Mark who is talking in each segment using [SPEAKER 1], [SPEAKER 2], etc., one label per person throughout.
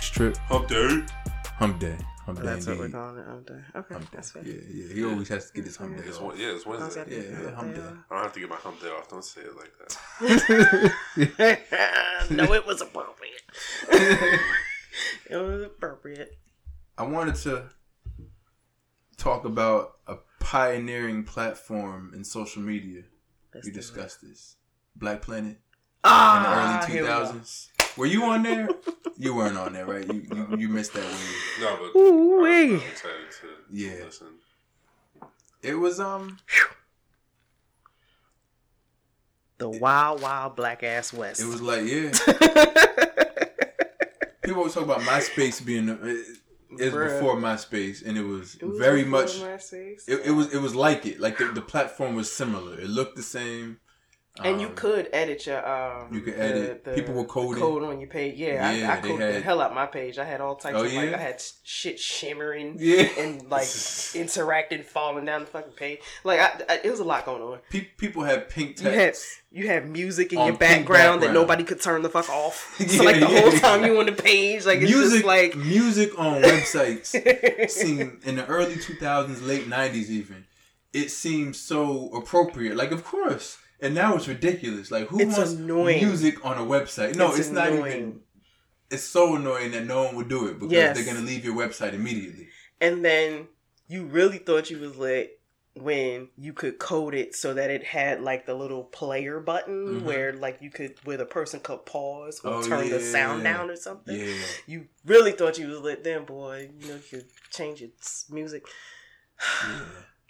[SPEAKER 1] trip.
[SPEAKER 2] Hump day.
[SPEAKER 1] Hump day. Hump day.
[SPEAKER 3] Oh, That's what we're
[SPEAKER 1] indeed.
[SPEAKER 3] calling it. Hump day. Okay,
[SPEAKER 1] Hump day.
[SPEAKER 3] that's fair.
[SPEAKER 1] Um, Yeah, yeah. He always has to get his hump day.
[SPEAKER 2] It's
[SPEAKER 1] off.
[SPEAKER 2] one, yeah, it's
[SPEAKER 3] How's
[SPEAKER 2] Wednesday.
[SPEAKER 3] that?
[SPEAKER 1] Yeah, yeah, hump day.
[SPEAKER 2] I don't have to get my hump day off. Don't say it like that.
[SPEAKER 3] no, it was appropriate. it was appropriate.
[SPEAKER 1] I wanted to talk about a pioneering platform in social media.
[SPEAKER 3] Let's
[SPEAKER 1] We
[SPEAKER 3] do it.
[SPEAKER 1] discussed this. Black Planet in the
[SPEAKER 3] Ah,
[SPEAKER 1] early 2000s. Were you on there? you weren't on there, right? You you, you missed that wave.
[SPEAKER 2] No, but
[SPEAKER 3] Ooh
[SPEAKER 2] I'm
[SPEAKER 3] wee.
[SPEAKER 2] excited to
[SPEAKER 1] Yeah.
[SPEAKER 2] listen.
[SPEAKER 1] It was um
[SPEAKER 3] The wild, wild black ass west.
[SPEAKER 1] it was like yeah. People always talk about MySpace being it, it was
[SPEAKER 3] Bruh.
[SPEAKER 1] before MySpace and it was, very much it, it was it was like it. Like the, the platform was similar. It looked the same.
[SPEAKER 3] and you
[SPEAKER 1] Um,
[SPEAKER 3] could edit your um.
[SPEAKER 1] You could edit. People were coding.
[SPEAKER 3] Code on your page. Yeah,
[SPEAKER 1] Yeah,
[SPEAKER 3] I, I
[SPEAKER 1] they
[SPEAKER 3] coded the
[SPEAKER 1] had-
[SPEAKER 3] hell out my page. I had all types
[SPEAKER 1] Oh,
[SPEAKER 3] of like
[SPEAKER 1] yeah?
[SPEAKER 3] I had sh- shit shimmering
[SPEAKER 1] Yeah.
[SPEAKER 3] and like interacting, falling down the fucking page. Like I, I, it was a lot going on.
[SPEAKER 1] Pe- people had pink
[SPEAKER 3] You had
[SPEAKER 1] text.
[SPEAKER 3] you had music in
[SPEAKER 1] On
[SPEAKER 3] your
[SPEAKER 1] pink
[SPEAKER 3] background, that
[SPEAKER 1] background.
[SPEAKER 3] nobody could turn the fuck off. so
[SPEAKER 1] Yeah,
[SPEAKER 3] like the
[SPEAKER 1] yeah,
[SPEAKER 3] whole
[SPEAKER 1] yeah.
[SPEAKER 3] time you on the page, like it's
[SPEAKER 1] music
[SPEAKER 3] just like
[SPEAKER 1] music on websites seemed in the early 2000s, late 90s even. It seemed so appropriate. Like of course. And now it's ridiculous. Like who
[SPEAKER 3] It's
[SPEAKER 1] wants
[SPEAKER 3] annoying.
[SPEAKER 1] music on a website? No,
[SPEAKER 3] It's
[SPEAKER 1] it's, not
[SPEAKER 3] annoying.
[SPEAKER 1] even it's so annoying that no one would do it because
[SPEAKER 3] Yes.
[SPEAKER 1] they're gonna leave your website immediately.
[SPEAKER 3] and then you really thought you was lit when you could code it so that it had like the little player button
[SPEAKER 1] Mhm.
[SPEAKER 3] where like you could where the person could pause or
[SPEAKER 1] Oh,
[SPEAKER 3] turn the
[SPEAKER 1] yeah.
[SPEAKER 3] sound down or something.
[SPEAKER 1] Yeah.
[SPEAKER 3] You really thought you was lit then, boy. You know you could change its music.
[SPEAKER 1] Yeah.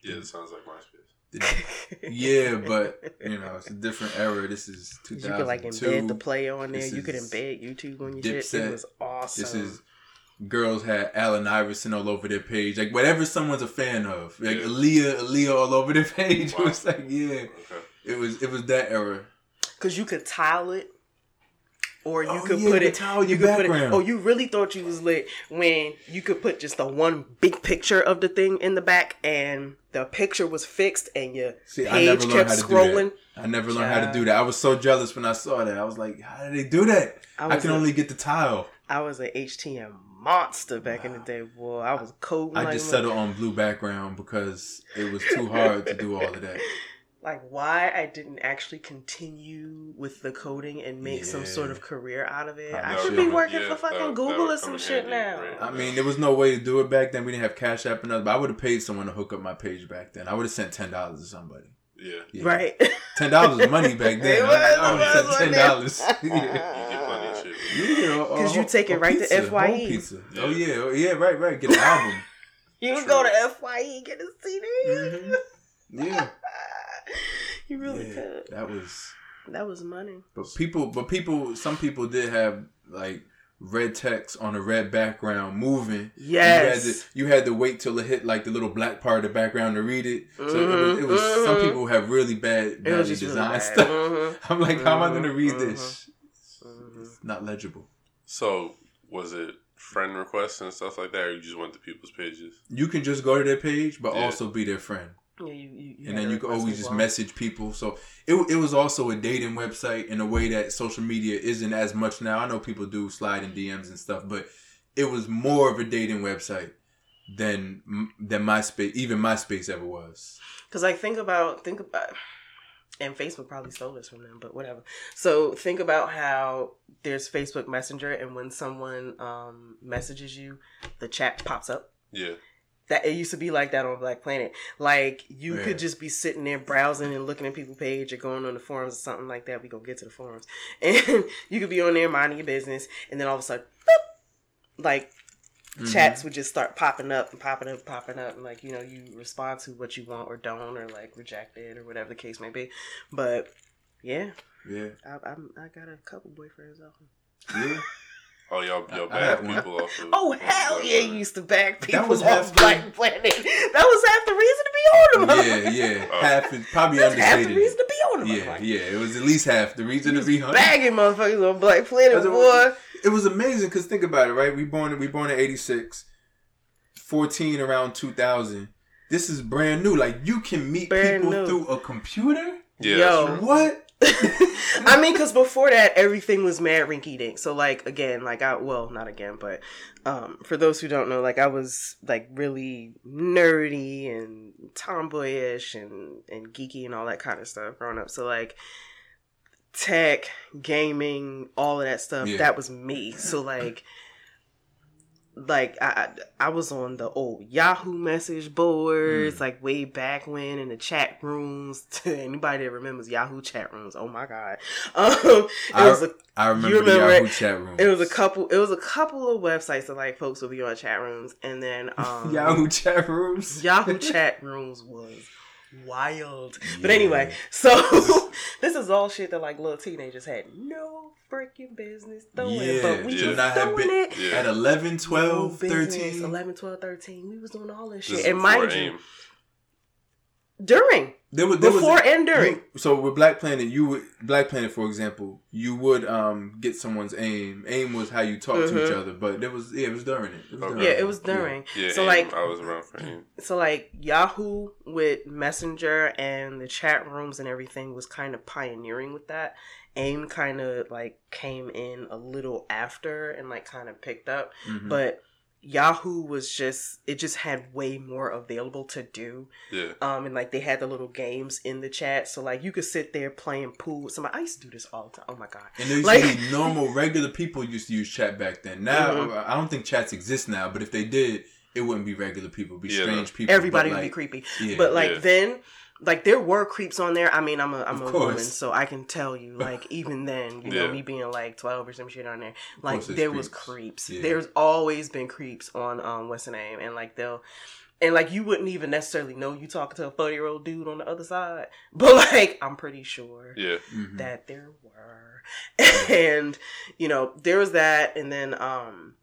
[SPEAKER 2] Yeah, it sounds like MySpace.
[SPEAKER 1] The- yeah, but you know, it's a different era. This is
[SPEAKER 3] You
[SPEAKER 1] 2002.
[SPEAKER 3] could like embed the player on there.
[SPEAKER 1] This
[SPEAKER 3] You could
[SPEAKER 1] is
[SPEAKER 3] embed YouTube on your shit.
[SPEAKER 1] Dipset.
[SPEAKER 3] It was awesome.
[SPEAKER 1] This is girls had Allen Iverson all over their page, like whatever someone's a fan of, like
[SPEAKER 2] Yeah.
[SPEAKER 1] Aaliyah, Aaliyah all over their page.
[SPEAKER 2] Wow.
[SPEAKER 1] It was like, yeah,
[SPEAKER 2] Okay.
[SPEAKER 1] it was it was that era.
[SPEAKER 3] because you could tile it, or you
[SPEAKER 1] Oh,
[SPEAKER 3] could
[SPEAKER 1] yeah, you could
[SPEAKER 3] put it.
[SPEAKER 1] tile
[SPEAKER 3] you
[SPEAKER 1] your
[SPEAKER 3] could put it.
[SPEAKER 1] background.
[SPEAKER 3] Oh, you really thought you was lit when you could put just the one big picture of the thing in the back, and the picture was fixed, and your
[SPEAKER 1] See, I never
[SPEAKER 3] page
[SPEAKER 1] learned
[SPEAKER 3] kept
[SPEAKER 1] how to
[SPEAKER 3] scrolling.
[SPEAKER 1] do that. I never learned how to do that. I was so jealous when I saw that. I was like, how did they do that?
[SPEAKER 3] I
[SPEAKER 1] I,
[SPEAKER 3] was
[SPEAKER 1] can
[SPEAKER 3] a-
[SPEAKER 1] only get the tile.
[SPEAKER 3] I was an HTML monster back in the day. Boy, I was coding.
[SPEAKER 1] I
[SPEAKER 3] like,
[SPEAKER 1] just settled on blue background because it was too hard to do all of that.
[SPEAKER 3] like why I didn't actually continue with the coding and make some
[SPEAKER 1] Yeah.
[SPEAKER 3] sort of career out of it.
[SPEAKER 1] I
[SPEAKER 3] I,
[SPEAKER 1] know.
[SPEAKER 3] should
[SPEAKER 1] Yeah,
[SPEAKER 3] be working
[SPEAKER 2] that
[SPEAKER 3] for
[SPEAKER 2] would-
[SPEAKER 3] fucking
[SPEAKER 2] that would
[SPEAKER 3] Google or
[SPEAKER 2] come
[SPEAKER 3] some
[SPEAKER 2] in
[SPEAKER 3] shit
[SPEAKER 2] handy,
[SPEAKER 3] now.
[SPEAKER 2] right.
[SPEAKER 1] I mean, there was no way to do it back then. We didn't have Cash App and nothing. But I would have paid someone to hook up my page back then. I would have sent ten dollars to somebody.
[SPEAKER 2] Yeah.
[SPEAKER 1] Yeah.
[SPEAKER 3] Right.
[SPEAKER 1] Ten dollars was money back then.
[SPEAKER 3] It was,
[SPEAKER 1] I would
[SPEAKER 3] it
[SPEAKER 1] have
[SPEAKER 3] was
[SPEAKER 1] ten dollars.
[SPEAKER 3] back then.
[SPEAKER 2] You get plenty of shit.
[SPEAKER 1] Because
[SPEAKER 3] you take it right to E. FYE.
[SPEAKER 1] uh, Pizza.
[SPEAKER 2] Yeah.
[SPEAKER 1] Oh yeah, oh, yeah, right, right. Get an album.
[SPEAKER 3] You
[SPEAKER 2] True.
[SPEAKER 3] can go to FYE and get a CD.
[SPEAKER 1] Mhm.
[SPEAKER 3] Mm-hmm.
[SPEAKER 1] Yeah,
[SPEAKER 3] you really
[SPEAKER 1] yeah.
[SPEAKER 3] could.
[SPEAKER 1] That was,
[SPEAKER 3] That was money.
[SPEAKER 1] but people, but people, some people did have like red text on a red background moving.
[SPEAKER 3] Yes.
[SPEAKER 1] You had, to, you had to wait till it hit like the little black part of the background to read it. So it was, it was some
[SPEAKER 3] Mhm, mhm.
[SPEAKER 1] people have really bad,
[SPEAKER 3] It was
[SPEAKER 1] badly
[SPEAKER 3] just really
[SPEAKER 1] designed
[SPEAKER 3] bad. Mm-hmm.
[SPEAKER 1] stuff.
[SPEAKER 3] Mhm.
[SPEAKER 1] I'm like, how am I going to read this?
[SPEAKER 3] Mhm.
[SPEAKER 1] It's not legible.
[SPEAKER 2] So, was it friend requests and stuff like that, or you just went to people's pages?
[SPEAKER 1] You can just go to their page, but
[SPEAKER 2] Yeah.
[SPEAKER 1] also be their friend.
[SPEAKER 3] Yeah, you, you, you
[SPEAKER 1] and
[SPEAKER 3] had
[SPEAKER 1] then
[SPEAKER 3] to
[SPEAKER 1] you can
[SPEAKER 3] request
[SPEAKER 1] always
[SPEAKER 3] me
[SPEAKER 1] just
[SPEAKER 3] while-
[SPEAKER 1] message people. So it, it was also a dating website in a way that social media isn't as much now. I know people do slide in DMs and stuff, but it was more of a dating website than than MySpace, even MySpace ever was.
[SPEAKER 3] Because like think about think about and Facebook probably stole this from them, but whatever. So think about how there's Facebook Messenger, and when someone um, messages you, the chat pops up.
[SPEAKER 2] Yeah.
[SPEAKER 3] That it used to be like that on Black Planet. Like you
[SPEAKER 1] Yeah.
[SPEAKER 3] could just be sitting there browsing and looking at people's page or going on the forums or something like that. We gonna get to the forums, and you could be on there minding your business, and then all of a sudden, boop, like
[SPEAKER 1] Mm-hmm.
[SPEAKER 3] chats would just start popping up and popping up and popping up and like you know you respond to what you want or don't or like reject it or whatever the case may be but yeah
[SPEAKER 1] Mhm. Yeah,
[SPEAKER 3] i, I'm, I got a couple boyfriends off of-
[SPEAKER 1] yeah.
[SPEAKER 2] Oh, y'all, y'all
[SPEAKER 1] I- I had
[SPEAKER 2] bad
[SPEAKER 1] one.
[SPEAKER 2] people off of.
[SPEAKER 3] oh
[SPEAKER 2] off of
[SPEAKER 3] hell
[SPEAKER 2] Black
[SPEAKER 3] yeah
[SPEAKER 2] Friday.
[SPEAKER 3] you used to bag people
[SPEAKER 1] was half
[SPEAKER 3] off
[SPEAKER 1] the-
[SPEAKER 3] black planet that was half the reason to be on them
[SPEAKER 1] yeah, yeah. Half is probably
[SPEAKER 3] uh, That's half the
[SPEAKER 1] understated.
[SPEAKER 3] reason to be on them
[SPEAKER 1] Yeah,
[SPEAKER 3] Like,
[SPEAKER 1] yeah. It was at least half the reason to be hunting.
[SPEAKER 3] bagging motherfuckers on black planet
[SPEAKER 1] That's
[SPEAKER 3] boy
[SPEAKER 1] what- it was amazing because think about it, right? We born we born in '86, 14 around 2000. This is brand new. Like you can meet
[SPEAKER 3] Brand
[SPEAKER 1] people
[SPEAKER 3] new. Oh.
[SPEAKER 1] through a computer.
[SPEAKER 2] Yeah.
[SPEAKER 3] Yo.
[SPEAKER 2] that's true.
[SPEAKER 1] What?
[SPEAKER 3] I mean, because before that, everything was mad rinky dink. So, like, again, like, I, well, not again, but um, for those who don't know, like, I was, like, really nerdy and tomboyish and, and geeky and all that kind of stuff growing up. So, like, tech, gaming, all of that stuff,
[SPEAKER 1] Yeah.
[SPEAKER 3] that was me. So, like, like I I I was on the old Yahoo message boards,
[SPEAKER 1] Mm.
[SPEAKER 3] like way back when in the chat rooms. Anybody that remembers Yahoo chat rooms, oh my god! Um, it
[SPEAKER 1] I-
[SPEAKER 3] was a,
[SPEAKER 1] I remember,
[SPEAKER 3] You remember
[SPEAKER 1] the
[SPEAKER 3] it-
[SPEAKER 1] Yahoo chat room.
[SPEAKER 3] it was a couple it was a couple of websites that like folks would be on chat rooms, and then um,
[SPEAKER 1] Yahoo chat rooms.
[SPEAKER 3] Yahoo chat rooms was wild. But
[SPEAKER 1] Yeah.
[SPEAKER 3] anyway, so this is all shit that like little teenagers had no freaking business throwing, but we
[SPEAKER 2] Yeah.
[SPEAKER 1] should
[SPEAKER 3] just
[SPEAKER 1] not have
[SPEAKER 3] throwing
[SPEAKER 1] been
[SPEAKER 3] it.
[SPEAKER 1] at
[SPEAKER 2] Yeah.
[SPEAKER 1] 11, 12,
[SPEAKER 3] No business.
[SPEAKER 1] 13.
[SPEAKER 3] 11, 12, 13. We was doing all this
[SPEAKER 2] This
[SPEAKER 3] shit.
[SPEAKER 2] is
[SPEAKER 3] and
[SPEAKER 2] before
[SPEAKER 3] mind you,
[SPEAKER 2] AIM.
[SPEAKER 3] during,
[SPEAKER 1] There was, there was
[SPEAKER 3] before and during.
[SPEAKER 1] You- so with Black Planet, you would Black Planet, for example, you would um get someone's aim. Aim was how you talk to each
[SPEAKER 3] Mhm.
[SPEAKER 1] other, but there was yeah, it was during it. it was
[SPEAKER 2] Okay.
[SPEAKER 1] during
[SPEAKER 3] yeah, it was during.
[SPEAKER 2] Yeah,
[SPEAKER 3] So,
[SPEAKER 2] AIM,
[SPEAKER 3] like-
[SPEAKER 2] I was around for AIM.
[SPEAKER 3] So like Yahoo with Messenger and the chat rooms and everything was kind of pioneering with that. AIM kind of like came in a little after and like kind of picked up,
[SPEAKER 1] Mhm.
[SPEAKER 3] but Yahoo was just it just had way more available to do
[SPEAKER 2] Yeah.
[SPEAKER 3] um, and like they had the little games in the chat, so like you could sit there playing pool. with Somebody, I used to do this all the time. Oh my god!
[SPEAKER 1] And there used
[SPEAKER 3] Like-
[SPEAKER 1] to be normal, regular people used to use chat back then. Now,
[SPEAKER 3] Mm-hmm.
[SPEAKER 1] I don't think chats exist now, but if they did, it wouldn't be regular people, it'd be
[SPEAKER 2] Yeah, no.
[SPEAKER 1] strange people.
[SPEAKER 3] Everybody
[SPEAKER 1] but,
[SPEAKER 3] would be
[SPEAKER 1] like,
[SPEAKER 3] creepy,
[SPEAKER 1] Yeah.
[SPEAKER 3] but like
[SPEAKER 2] Yeah.
[SPEAKER 3] then, like there were creeps on there. I mean, I'm a I'm
[SPEAKER 1] Of
[SPEAKER 3] a
[SPEAKER 1] course.
[SPEAKER 3] woman, so I can tell you, like even then, you
[SPEAKER 2] Yeah.
[SPEAKER 3] know, me being like 12 or some shit on there, like
[SPEAKER 1] course there's
[SPEAKER 3] there was
[SPEAKER 1] creeps.
[SPEAKER 3] creeps.
[SPEAKER 1] Yeah.
[SPEAKER 3] There's always been creeps on um what's the name, and like they'll. And like you wouldn't even necessarily know you talking to a forty year old dude on the other side, but like I'm pretty sure
[SPEAKER 2] Yeah.
[SPEAKER 1] Mhm.
[SPEAKER 3] that there were and you know there was that and then um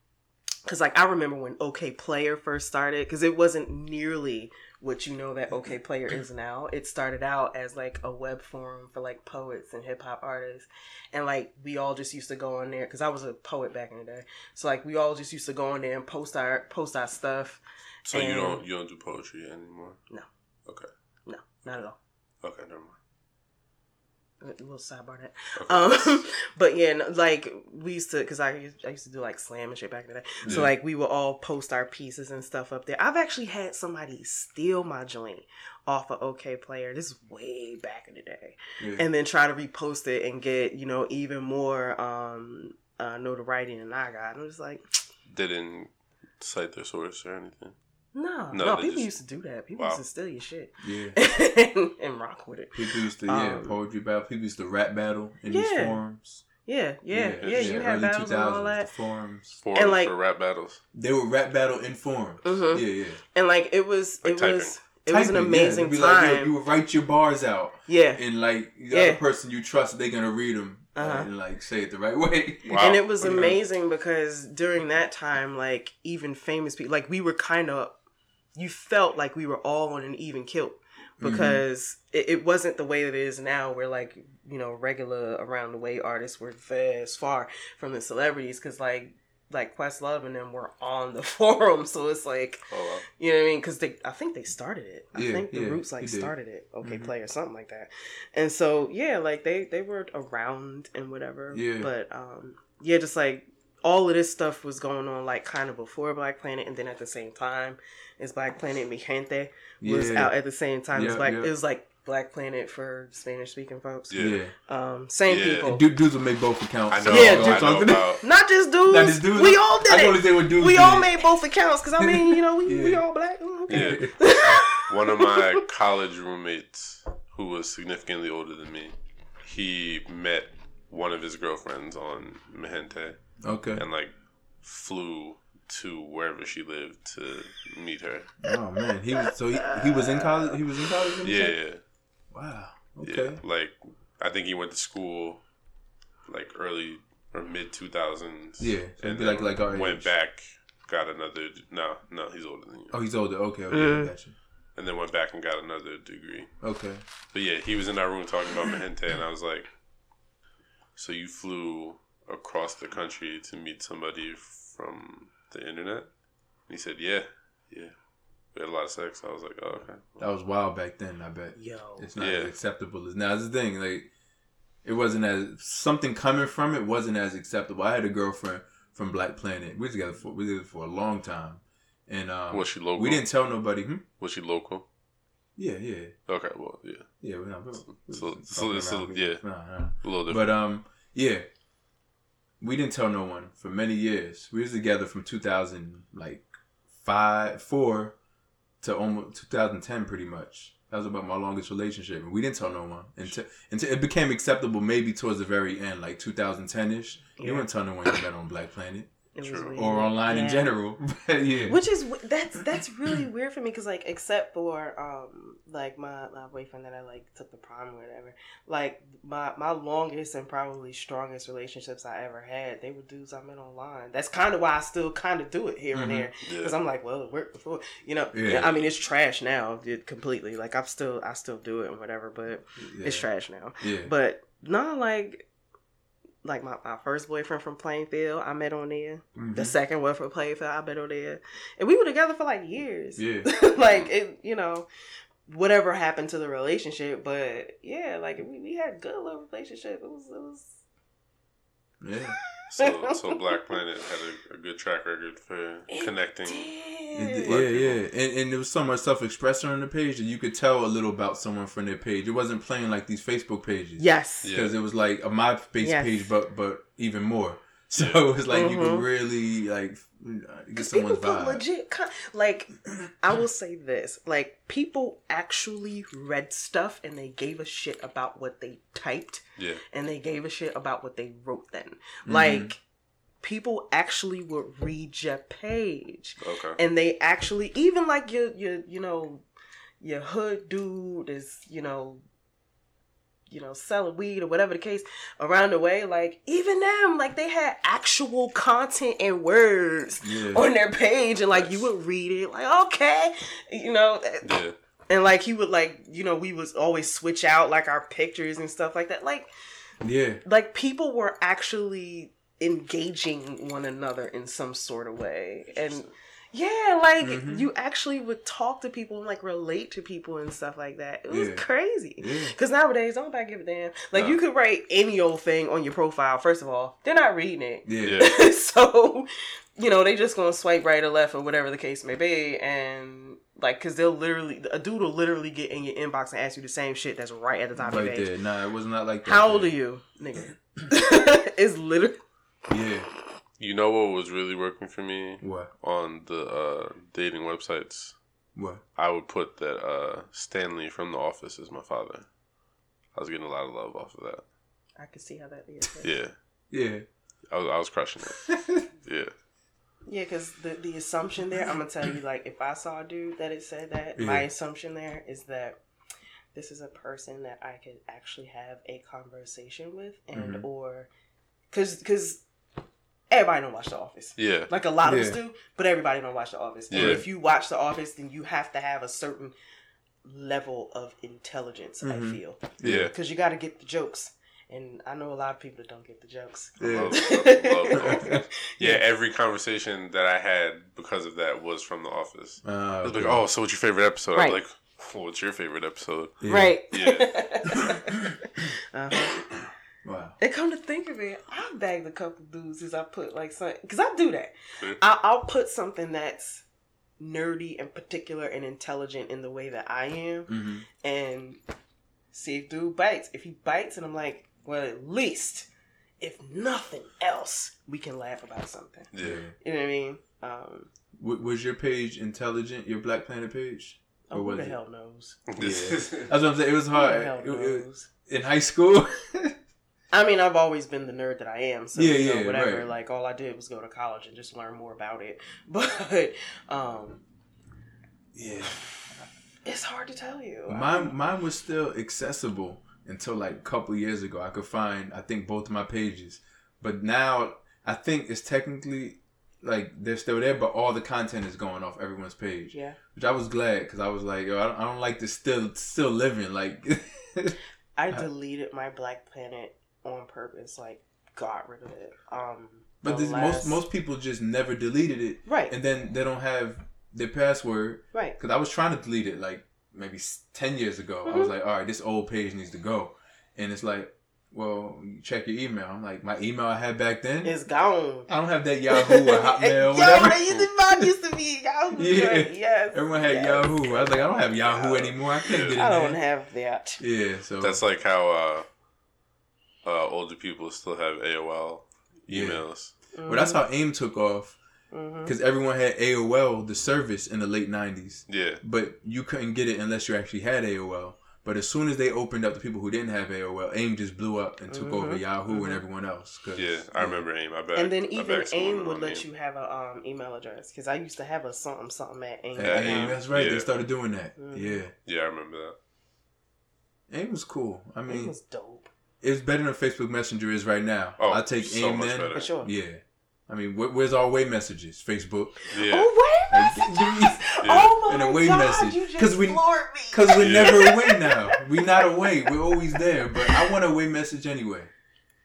[SPEAKER 3] because like i remember when okay player first started because it wasn't nearly what you know that okay player is now it started out as like a web forum for like poets and hip-hop artists and like we all just used to go on there because i was a poet back in the day so like we all just used to go on there and post our post our stuff
[SPEAKER 2] So you
[SPEAKER 3] And-
[SPEAKER 2] don't you don't do poetry anymore?
[SPEAKER 3] not at all
[SPEAKER 2] Okay, never mind.
[SPEAKER 3] We'll sidebar that.
[SPEAKER 2] Okay.
[SPEAKER 3] Um, but yeah, no, like we used to, cause I used, I used to do like slam and shit back in the day. So
[SPEAKER 1] Yeah.
[SPEAKER 3] like we would all post our pieces and stuff up there. I've actually had somebody steal my joint off of OK Player. This is way back in the day,
[SPEAKER 1] Yeah.
[SPEAKER 3] and then try to repost it and get you know even more um uh, notoriety than I got. And I'm just like,
[SPEAKER 2] They didn't cite their source or anything.
[SPEAKER 3] no,
[SPEAKER 2] No,
[SPEAKER 3] no,
[SPEAKER 2] they
[SPEAKER 3] people
[SPEAKER 2] just-
[SPEAKER 3] used to do that. People
[SPEAKER 2] Wow.
[SPEAKER 3] used to steal your shit
[SPEAKER 1] yeah.
[SPEAKER 3] and, and rock with it.
[SPEAKER 1] People used to, yeah,
[SPEAKER 3] Um,
[SPEAKER 1] poetry battle. People used to rap battle in these
[SPEAKER 3] Yeah.
[SPEAKER 1] forums.
[SPEAKER 3] Yeah, yeah, yeah.
[SPEAKER 2] yeah,
[SPEAKER 3] you had battles and all
[SPEAKER 1] 2000s,
[SPEAKER 3] that.
[SPEAKER 1] The forums.
[SPEAKER 2] Forums
[SPEAKER 3] And, like-
[SPEAKER 2] for rap battles.
[SPEAKER 1] They were rap battle in forums.
[SPEAKER 3] Mhm.
[SPEAKER 1] Yeah, yeah.
[SPEAKER 3] and like it was
[SPEAKER 2] Like
[SPEAKER 3] it
[SPEAKER 2] typing.
[SPEAKER 3] was it was an
[SPEAKER 1] Typing, yeah.
[SPEAKER 3] amazing
[SPEAKER 1] It'd be like, yo,
[SPEAKER 3] time
[SPEAKER 1] you would write your bars out,
[SPEAKER 3] yeah
[SPEAKER 1] and like the
[SPEAKER 3] Yeah.
[SPEAKER 1] other person you trust, they're gonna read them
[SPEAKER 3] Uh-huh.
[SPEAKER 1] and like say it the right way.
[SPEAKER 2] Wow.
[SPEAKER 3] and it was
[SPEAKER 1] Okay.
[SPEAKER 3] amazing because during that time like even famous people like we were kind of you felt like we were all on an even kilt
[SPEAKER 1] Mm-hmm.
[SPEAKER 3] because it, it wasn't the way that it is now where like you know regular around the way artists were as far from the celebrities because like like questlove and them were on the forum so it's like
[SPEAKER 2] Oh wow.
[SPEAKER 3] You know what I mean? Because they, I think they started it. I
[SPEAKER 1] Yeah,
[SPEAKER 3] think the
[SPEAKER 1] yeah,
[SPEAKER 3] Roots
[SPEAKER 1] they
[SPEAKER 3] like
[SPEAKER 1] did.
[SPEAKER 3] started it. Okay,
[SPEAKER 1] Mhm.
[SPEAKER 3] play or something like that. And so yeah, like they they were around and whatever.
[SPEAKER 1] Yeah.
[SPEAKER 3] But um, yeah, just like all of this stuff was going on like kind of before Black Planet, and then at the same time as Black Planet and Mi Gente was
[SPEAKER 1] Mm-hmm. Yeah.
[SPEAKER 3] out at the same time. as
[SPEAKER 1] Yeah,
[SPEAKER 3] Black,
[SPEAKER 1] yeah.
[SPEAKER 3] it was like Black Planet for Spanish speaking folks.
[SPEAKER 2] Yeah.
[SPEAKER 3] Um, same
[SPEAKER 2] Yeah.
[SPEAKER 3] people.
[SPEAKER 1] Dude, dudes will make both accounts.
[SPEAKER 2] Oh. I know.
[SPEAKER 3] Yeah,
[SPEAKER 2] I
[SPEAKER 3] dude.
[SPEAKER 2] know about.
[SPEAKER 3] Not just dudes.
[SPEAKER 1] Not just dudes.
[SPEAKER 3] We all did
[SPEAKER 1] I
[SPEAKER 3] it.
[SPEAKER 1] noticed they were dudes.
[SPEAKER 3] we
[SPEAKER 1] did
[SPEAKER 3] all
[SPEAKER 1] it.
[SPEAKER 3] made both accounts because I mean, you know, we, we
[SPEAKER 1] Yeah.
[SPEAKER 3] all black. Mm, Okay.
[SPEAKER 2] Yeah. One of my college roommates, who was significantly older than me, he met one of his girlfriends on Mahente
[SPEAKER 1] Okay.
[SPEAKER 2] and like flew to wherever she lived to meet her.
[SPEAKER 1] Oh man, he was so he, he was in college. He was in college. when he
[SPEAKER 2] Yeah,
[SPEAKER 1] said-
[SPEAKER 2] yeah,
[SPEAKER 1] Wow.
[SPEAKER 2] yeah.
[SPEAKER 1] Okay.
[SPEAKER 2] Like I think he went to school like early or mid two thousands.
[SPEAKER 1] Yeah, so it'd
[SPEAKER 2] and
[SPEAKER 1] be
[SPEAKER 2] then
[SPEAKER 1] like- like our
[SPEAKER 2] went
[SPEAKER 1] age.
[SPEAKER 2] back, got another. No, no, he's older than you.
[SPEAKER 1] Oh, he's older. Okay. Okay.
[SPEAKER 3] Mhm.
[SPEAKER 1] Gotcha.
[SPEAKER 2] And then went back and got another degree.
[SPEAKER 1] Okay.
[SPEAKER 2] But yeah, he was in our room talking about Mahente, and I was like, "So you flew across the country to meet somebody from the internet?" And he said, "Yeah, yeah." We had a lot of sex. I was like, "Oh, okay."
[SPEAKER 1] Uh, That was wild back then. I bet
[SPEAKER 3] Yo.
[SPEAKER 1] it's not
[SPEAKER 2] Yeah.
[SPEAKER 1] as acceptable as now. That's the thing. Like It wasn't as something coming from it wasn't as acceptable. I had a girlfriend from Black Planet. We was together for we were together for a long time, and um,
[SPEAKER 2] Was she local?
[SPEAKER 1] we didn't tell nobody. Hmm?
[SPEAKER 2] Was she local?
[SPEAKER 1] Yeah, yeah,
[SPEAKER 2] Okay, well, yeah,
[SPEAKER 1] yeah. We're not, we're,
[SPEAKER 2] So-
[SPEAKER 1] we're
[SPEAKER 2] so-
[SPEAKER 1] talking
[SPEAKER 2] so-
[SPEAKER 1] around.
[SPEAKER 2] yeah.
[SPEAKER 1] Nah, nah.
[SPEAKER 2] a little different.
[SPEAKER 1] But um, yeah, we didn't tell no one for many years. We was together from two thousand like five, four to almost two thousand ten, pretty much. That was about my longest relationship, and we didn't tell no one until until it became acceptable. Maybe towards the very end, like two thousand ten ish.
[SPEAKER 3] Yeah.
[SPEAKER 1] You wouldn't tell no one you met on Black Planet
[SPEAKER 3] It was
[SPEAKER 2] True.
[SPEAKER 3] weird.
[SPEAKER 1] or online in
[SPEAKER 3] Yeah.
[SPEAKER 1] general. but yeah,
[SPEAKER 3] Which is w- that's that's really weird for me because like except for um like my, my boyfriend that I like took the prom or whatever like my my longest and probably strongest relationships I ever had they were dudes I met online that's kind of why I still kind of do it here and
[SPEAKER 1] Mhm.
[SPEAKER 3] there
[SPEAKER 2] yeah.
[SPEAKER 3] because I'm like well it worked before you know
[SPEAKER 1] Yeah.
[SPEAKER 3] I mean it's trash now it, completely like I'm still I still do it and whatever but
[SPEAKER 1] yeah.
[SPEAKER 3] it's trash now
[SPEAKER 1] Yeah,
[SPEAKER 3] but not like like my, my first boyfriend from Plainfield I met on there.
[SPEAKER 1] Mhm.
[SPEAKER 3] The second one for Playfair, I bet on there. And we were together for like years.
[SPEAKER 1] yeah.
[SPEAKER 3] like it, you know, whatever happened to the relationship, but yeah, like we, we had a good little relationship. It was it was
[SPEAKER 1] yeah.
[SPEAKER 2] So, so Black Planet had a, a good track record for connecting.
[SPEAKER 1] It-
[SPEAKER 3] It
[SPEAKER 1] yeah,
[SPEAKER 2] Black
[SPEAKER 1] yeah, and, and there was so much self-expression on the page that you could tell a little about someone from their page. It wasn't playing like these Facebook pages,
[SPEAKER 3] Yes.
[SPEAKER 2] Yeah.
[SPEAKER 1] because it was like a MySpace
[SPEAKER 3] Yes.
[SPEAKER 1] page, but but even more. So
[SPEAKER 2] Yeah.
[SPEAKER 1] it was like you could
[SPEAKER 3] Mhm.
[SPEAKER 1] really like get
[SPEAKER 3] Because
[SPEAKER 1] someone's
[SPEAKER 3] people put
[SPEAKER 1] vibe.
[SPEAKER 3] legit, con- like, I will say this: like, people actually read stuff and they gave a shit about what they typed
[SPEAKER 2] Yeah,
[SPEAKER 3] and they gave a shit about what they wrote. Then,
[SPEAKER 1] Mhm.
[SPEAKER 3] like, people actually would read your page.
[SPEAKER 2] okay.
[SPEAKER 3] and they actually even like your your you know your hood dude is you know you know selling weed or whatever the case around the way like even them like they had actual content and words
[SPEAKER 1] yeah,
[SPEAKER 3] on their page and like you would read it like okay you know
[SPEAKER 2] Yeah,
[SPEAKER 3] and like he would like you know we was always switch out like our pictures and stuff like that like
[SPEAKER 1] yeah,
[SPEAKER 3] like people were actually engaging one another in some sort of way and yeah, like
[SPEAKER 1] Mhm.
[SPEAKER 3] you actually would talk to people and like relate to people and stuff like that. It was
[SPEAKER 1] Yeah.
[SPEAKER 3] crazy.
[SPEAKER 1] yeah.
[SPEAKER 3] Because nowadays, don't give a damn. Like
[SPEAKER 2] No.
[SPEAKER 3] you could write any old thing on your profile. First of all, they're not reading
[SPEAKER 1] Yeah.
[SPEAKER 2] yeah,
[SPEAKER 3] it, so you know they just gonna swipe right or left or whatever the case may be, and like because they'll literally a dude will literally get in your inbox and ask you the same shit that's right at the top of
[SPEAKER 1] Right
[SPEAKER 3] your page.
[SPEAKER 1] there, nah, it was not like that.
[SPEAKER 3] How old are
[SPEAKER 1] man.
[SPEAKER 3] you, nigga? it's literally
[SPEAKER 1] Yeah,
[SPEAKER 2] You know what was really working for me
[SPEAKER 1] what,
[SPEAKER 2] on the uh, dating websites?
[SPEAKER 1] what?
[SPEAKER 2] I would put that uh, Stanley from The Office is my father. I was getting a lot of love off of that.
[SPEAKER 3] I can see how that is.
[SPEAKER 2] Yeah,
[SPEAKER 1] Yeah,
[SPEAKER 2] I was, I was crushing it. Yeah,
[SPEAKER 3] Yeah, because the, the assumption there, I'm gonna tell you, like, if I saw a dude that had said that,
[SPEAKER 1] Yeah.
[SPEAKER 3] my assumption there is that this is a person that I could actually have a conversation with, and
[SPEAKER 1] Mhm.
[SPEAKER 3] or because because everybody don't watch The Office.
[SPEAKER 2] yeah,
[SPEAKER 3] Like a lot of us
[SPEAKER 1] Yeah.
[SPEAKER 3] do, but everybody don't watch The Office. And
[SPEAKER 2] Yeah.
[SPEAKER 3] if you watch The Office, then you have to have a certain level of intelligence. I
[SPEAKER 1] Mhm.
[SPEAKER 3] feel
[SPEAKER 2] yeah.
[SPEAKER 3] because you got to get the jokes, and I know a lot of people that don't get the jokes.
[SPEAKER 1] yeah.
[SPEAKER 2] Love, love, love The Office. Yeah, every conversation that I had because of that was from The Office. I
[SPEAKER 1] Uh,
[SPEAKER 2] was like, oh, so what's your favorite episode?
[SPEAKER 3] Right.
[SPEAKER 2] I'm like, well, what's your favorite episode?
[SPEAKER 1] yeah.
[SPEAKER 3] Right.
[SPEAKER 2] Yeah.
[SPEAKER 3] uh-huh.
[SPEAKER 1] Wow.
[SPEAKER 3] And come to think of it, I bagged a couple dudes as I put like something because I do that.
[SPEAKER 1] Mm-hmm.
[SPEAKER 2] Sure.
[SPEAKER 3] I, I'll put something that's nerdy and particular and intelligent in the way that I am,
[SPEAKER 1] hmm
[SPEAKER 3] and see if dude bites. If he bites, and I'm like, well, at least if nothing else, we can laugh about something.
[SPEAKER 1] Yeah.
[SPEAKER 2] Yeah.
[SPEAKER 3] You know what I mean? Um,
[SPEAKER 1] W- was your page intelligent? Your Black Planet page? Or
[SPEAKER 3] oh, who
[SPEAKER 1] was
[SPEAKER 3] the
[SPEAKER 1] it?
[SPEAKER 3] hell knows?
[SPEAKER 1] That's what I'm saying. It was
[SPEAKER 3] Who the
[SPEAKER 1] hard.
[SPEAKER 3] hell
[SPEAKER 1] It- it-
[SPEAKER 3] knows?
[SPEAKER 1] in high school.
[SPEAKER 3] I mean, I've always been the nerd that I am. So,
[SPEAKER 1] Yeah,
[SPEAKER 3] you know,
[SPEAKER 1] yeah,
[SPEAKER 3] whatever.
[SPEAKER 1] right.
[SPEAKER 3] Like, all I did was go to college and just learn more about it. But um,
[SPEAKER 1] yeah.
[SPEAKER 3] it's hard to tell you.
[SPEAKER 1] Mine mine was still accessible until like a couple years ago. I could find I think both of my pages. But now I think it's technically like they're still there, but all the content is going off everyone's page,
[SPEAKER 3] yeah.
[SPEAKER 1] which I was glad because I was like, Yo, I, don't, I don't like this still still living like
[SPEAKER 3] I
[SPEAKER 1] Uh,
[SPEAKER 3] deleted my Black Planet on purpose. Like, got rid of it. Um,
[SPEAKER 1] But
[SPEAKER 3] the
[SPEAKER 1] this,
[SPEAKER 3] last-
[SPEAKER 1] most most people just never deleted it,
[SPEAKER 3] Right,
[SPEAKER 1] and then they don't have their password.
[SPEAKER 3] right.
[SPEAKER 1] Because I was trying to delete
[SPEAKER 3] Mm-hmm.
[SPEAKER 1] it like maybe s- ten years ago. I was like, all right, this old page needs to go, and it's like well, you check your email. I'm like, my email I had back then.
[SPEAKER 3] It's gone.
[SPEAKER 1] I don't have that Yahoo or Hotmail,
[SPEAKER 3] Yo,
[SPEAKER 1] whatever.
[SPEAKER 3] that used to, mine used to be Yahoo.
[SPEAKER 1] Yeah.
[SPEAKER 3] right? Yes.
[SPEAKER 1] Everyone had
[SPEAKER 3] yes.
[SPEAKER 1] Yahoo. I was like, I don't have Yahoo anymore. I can't get in
[SPEAKER 3] I don't
[SPEAKER 1] there.
[SPEAKER 3] have that.
[SPEAKER 1] yeah, so
[SPEAKER 2] That's like how uh, uh, older people still have AOL emails.
[SPEAKER 1] well,
[SPEAKER 3] Mm-hmm.
[SPEAKER 1] that's how AIM took off because everyone had AOL, the service, in the late '90s.
[SPEAKER 2] Yeah.
[SPEAKER 1] But you couldn't get it unless you actually had AOL. But as soon as they opened up to people who didn't have AOL, AIM just blew up and took over
[SPEAKER 3] Mhm.
[SPEAKER 1] Yahoo and
[SPEAKER 3] Mhm.
[SPEAKER 1] everyone else. 'cause-
[SPEAKER 2] Yeah, I remember AIM. I bet.
[SPEAKER 3] and then
[SPEAKER 2] I
[SPEAKER 3] even
[SPEAKER 2] bet someone
[SPEAKER 3] AIM would
[SPEAKER 2] on
[SPEAKER 3] let
[SPEAKER 2] AIM.
[SPEAKER 3] you have a um, email address because I used to have a something something at AIM.
[SPEAKER 1] Yeah,
[SPEAKER 2] Yeah.
[SPEAKER 1] AIM, that's right. They
[SPEAKER 2] Yeah.
[SPEAKER 1] started doing that.
[SPEAKER 3] Mhm.
[SPEAKER 1] Yeah,
[SPEAKER 2] Yeah, I remember that.
[SPEAKER 1] AIM was cool. I mean,
[SPEAKER 3] it was dope.
[SPEAKER 1] It's better than Facebook Messenger is right now.
[SPEAKER 2] Oh,
[SPEAKER 1] I take
[SPEAKER 2] so
[SPEAKER 1] aim
[SPEAKER 2] much
[SPEAKER 1] then.
[SPEAKER 2] better.
[SPEAKER 3] For sure.
[SPEAKER 1] Yeah. I mean, wh- where's our way messages? Facebook.
[SPEAKER 2] Yeah.
[SPEAKER 3] Oh, wait
[SPEAKER 1] Like,
[SPEAKER 3] messages!
[SPEAKER 1] yeah.
[SPEAKER 3] Oh my
[SPEAKER 1] And a way
[SPEAKER 3] god,
[SPEAKER 1] message.
[SPEAKER 3] you just
[SPEAKER 1] 'Cause we-
[SPEAKER 3] floored me.
[SPEAKER 1] Because we're
[SPEAKER 2] Yeah.
[SPEAKER 1] never away now. We're not away. We're always there. But I want a way message anyway.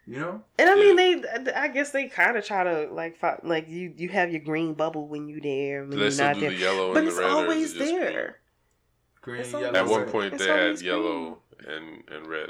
[SPEAKER 1] You know?
[SPEAKER 3] And I mean, they. I guess they kind of try to like, fi- like you. You have your green bubble when you there, when
[SPEAKER 2] Do they
[SPEAKER 3] you're
[SPEAKER 2] still
[SPEAKER 3] not
[SPEAKER 2] do
[SPEAKER 3] there.
[SPEAKER 2] the yellow
[SPEAKER 3] But
[SPEAKER 2] and the
[SPEAKER 3] it's
[SPEAKER 2] red? or is it
[SPEAKER 3] always
[SPEAKER 2] just green?
[SPEAKER 3] there.
[SPEAKER 1] Green,
[SPEAKER 3] It's
[SPEAKER 1] yellow.
[SPEAKER 3] always
[SPEAKER 2] At one
[SPEAKER 1] red.
[SPEAKER 2] point,
[SPEAKER 3] It's
[SPEAKER 2] they had
[SPEAKER 3] always
[SPEAKER 2] yellow and, and red.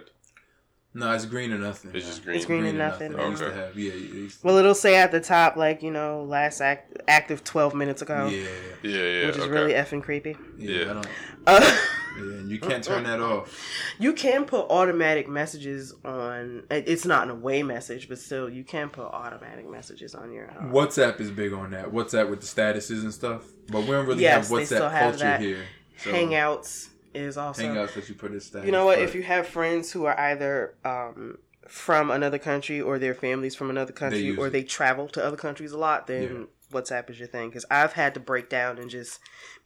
[SPEAKER 1] No, it's green or nothing.
[SPEAKER 2] It's just
[SPEAKER 1] Yeah.
[SPEAKER 2] green.
[SPEAKER 3] It's green. and nothing.
[SPEAKER 1] They used to
[SPEAKER 2] Okay.
[SPEAKER 1] have- Yeah. they used to-
[SPEAKER 3] Well, it'll say at the top, like you know, last act active twelve minutes ago,
[SPEAKER 1] yeah.
[SPEAKER 2] Yeah, yeah.
[SPEAKER 3] which is
[SPEAKER 2] okay.
[SPEAKER 3] really effing creepy.
[SPEAKER 1] Yeah.
[SPEAKER 2] Yeah.
[SPEAKER 1] I don't,
[SPEAKER 3] Uh,
[SPEAKER 1] yeah. And you can't turn that off.
[SPEAKER 3] you can put automatic messages on. it- It's not an away message, but still, you can put automatic messages on your. Uh,
[SPEAKER 1] WhatsApp is big on that. WhatsApp with the statuses and stuff. But we don't really
[SPEAKER 3] Yes,
[SPEAKER 1] have
[SPEAKER 3] they still
[SPEAKER 1] WhatsApp
[SPEAKER 3] have
[SPEAKER 1] culture
[SPEAKER 3] that.
[SPEAKER 1] here. So
[SPEAKER 3] Hangouts is also.
[SPEAKER 1] Hangouts that you put in status.
[SPEAKER 3] You know what?
[SPEAKER 1] but-
[SPEAKER 3] If you have friends who are either um, from another country or their families from another country
[SPEAKER 1] use
[SPEAKER 3] or
[SPEAKER 1] it.
[SPEAKER 3] they travel to other countries a lot, then WhatsApp is your thing. Because I've had to break down and just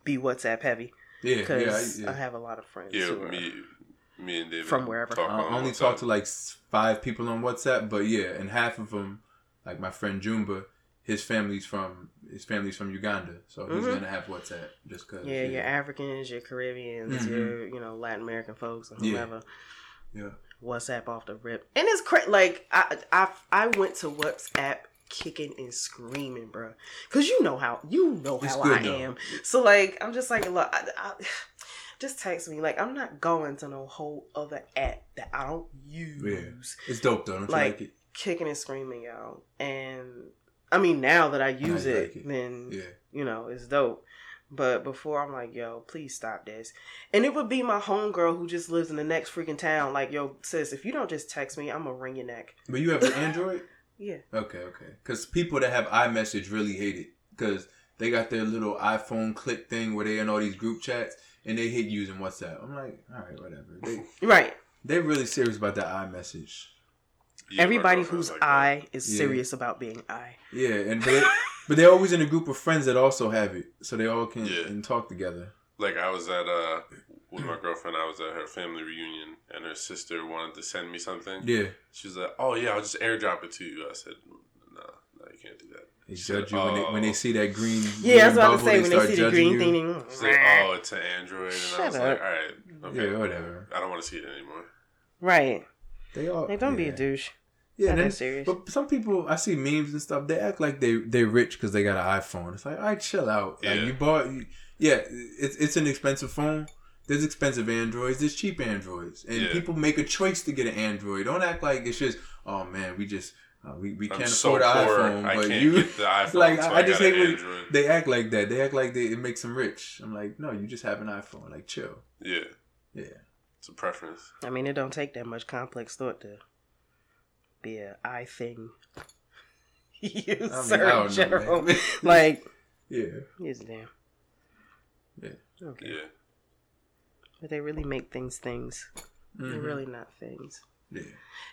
[SPEAKER 3] be WhatsApp heavy
[SPEAKER 1] Yeah, yeah,
[SPEAKER 3] because
[SPEAKER 1] yeah.
[SPEAKER 3] I have a lot of friends.
[SPEAKER 2] Yeah,
[SPEAKER 3] who are,
[SPEAKER 2] me, me and David.
[SPEAKER 3] From wherever.
[SPEAKER 2] talk
[SPEAKER 1] I
[SPEAKER 2] on
[SPEAKER 1] only
[SPEAKER 2] WhatsApp.
[SPEAKER 1] talk to like s- five people on WhatsApp, but yeah, and half of them, like my friend Jumba, his family's from his family's from Uganda, so he's
[SPEAKER 3] Mhm.
[SPEAKER 1] gonna have WhatsApp just cause.
[SPEAKER 3] Yeah, your Africans, your Caribbeans,
[SPEAKER 1] Mhm.
[SPEAKER 3] your you know Latin American folks, or
[SPEAKER 1] Yeah.
[SPEAKER 3] whoever.
[SPEAKER 1] Yeah.
[SPEAKER 3] WhatsApp off the rip, and it's cra- like I I I went to WhatsApp kicking and screaming, bro, because you know how you know
[SPEAKER 1] It's
[SPEAKER 3] how
[SPEAKER 1] good,
[SPEAKER 3] I
[SPEAKER 1] though.
[SPEAKER 3] am. So like I'm just like look, I, I, just text me. Like I'm not going to no whole other app that I don't use.
[SPEAKER 1] it's dope though. Don't you
[SPEAKER 3] Like,
[SPEAKER 1] like it?
[SPEAKER 3] Kicking and screaming, y'all, and I mean now that I use
[SPEAKER 1] you
[SPEAKER 3] it,
[SPEAKER 1] like it.
[SPEAKER 3] then
[SPEAKER 1] Yeah,
[SPEAKER 3] you know, it's dope. But before I'm like, yo, please stop this. And it would be my homegirl who just lives in the next freaking town, like, yo, sis, if you don't just text me, I'm gonna wring your neck.
[SPEAKER 1] but you have an Android.
[SPEAKER 3] Yeah.
[SPEAKER 1] Okay, okay. Because people that have iMessage really hate it because they got their little iPhone click thing where they in all these group chats and they hate using WhatsApp. I'm like, all right, whatever. They
[SPEAKER 3] Right.
[SPEAKER 1] they're really serious about that iMessage.
[SPEAKER 2] Yeah, my
[SPEAKER 3] Everybody
[SPEAKER 2] girlfriend
[SPEAKER 3] who's
[SPEAKER 2] like that.
[SPEAKER 3] I is
[SPEAKER 1] Yeah.
[SPEAKER 3] serious about being I.
[SPEAKER 1] Yeah, and but, they, but they're always in a group of friends that also have it, so they all can
[SPEAKER 2] Yeah.
[SPEAKER 1] and talk together.
[SPEAKER 2] Like I was at uh with my girlfriend. I was at her family reunion, and her sister wanted to send me something.
[SPEAKER 1] Yeah,
[SPEAKER 2] She's like, "Oh yeah, I'll just airdrop it to you." I said, "No, no, you can't do that."
[SPEAKER 1] they
[SPEAKER 2] She said,
[SPEAKER 1] judge you when, they, when they
[SPEAKER 2] "Oh."
[SPEAKER 1] see that green. green
[SPEAKER 3] Yeah, that's what I was
[SPEAKER 1] bubble,
[SPEAKER 3] about to say. When they
[SPEAKER 1] start
[SPEAKER 3] see the
[SPEAKER 1] judging
[SPEAKER 3] green
[SPEAKER 1] you.
[SPEAKER 3] thing,
[SPEAKER 2] She's like, "Oh, it's an Android," and I
[SPEAKER 3] Shut
[SPEAKER 2] was
[SPEAKER 3] up.
[SPEAKER 2] like, "All right, okay,
[SPEAKER 1] Yeah, whatever.
[SPEAKER 2] I don't want to see it anymore."
[SPEAKER 3] right.
[SPEAKER 1] They all
[SPEAKER 3] Like, don't be
[SPEAKER 1] yeah.
[SPEAKER 3] a douche.
[SPEAKER 1] Yeah,
[SPEAKER 3] Not
[SPEAKER 1] and
[SPEAKER 3] that
[SPEAKER 1] then-
[SPEAKER 3] serious.
[SPEAKER 1] but some people I see memes and stuff. They act like they they're rich because they got an iPhone. It's like, all right, chill out. Like
[SPEAKER 2] Yeah.
[SPEAKER 1] you bought, you, yeah, it's it's an expensive phone. There's expensive androids. There's cheap androids, and
[SPEAKER 2] Yeah.
[SPEAKER 1] people make a choice to get an android. Don't act like it's just, oh man, we just uh, we, we
[SPEAKER 2] I'm
[SPEAKER 1] can't
[SPEAKER 2] so
[SPEAKER 1] afford an
[SPEAKER 2] poor,
[SPEAKER 1] iPhone.
[SPEAKER 2] I
[SPEAKER 1] but
[SPEAKER 2] can't
[SPEAKER 1] you
[SPEAKER 2] get the iPhone.
[SPEAKER 1] like,
[SPEAKER 2] so
[SPEAKER 1] I-
[SPEAKER 2] I,
[SPEAKER 1] I just
[SPEAKER 2] just got
[SPEAKER 1] hate
[SPEAKER 2] an
[SPEAKER 1] when-
[SPEAKER 2] Android.
[SPEAKER 1] They act like that. They act like they, it makes them rich. I'm like, no, you just have an iPhone. Like, chill.
[SPEAKER 2] yeah,
[SPEAKER 1] Yeah.
[SPEAKER 2] it's a preference.
[SPEAKER 3] I mean, it don't take that much complex thought to be a I thing. you,
[SPEAKER 1] I mean, I
[SPEAKER 3] sir, in
[SPEAKER 1] don't know,
[SPEAKER 3] general.
[SPEAKER 1] man.
[SPEAKER 3] like,
[SPEAKER 1] yeah.
[SPEAKER 3] here's damn.
[SPEAKER 1] Yeah.
[SPEAKER 3] Okay.
[SPEAKER 2] Yeah,
[SPEAKER 3] But they really make things things. They're
[SPEAKER 1] Mhm.
[SPEAKER 3] really not things.
[SPEAKER 1] Yeah.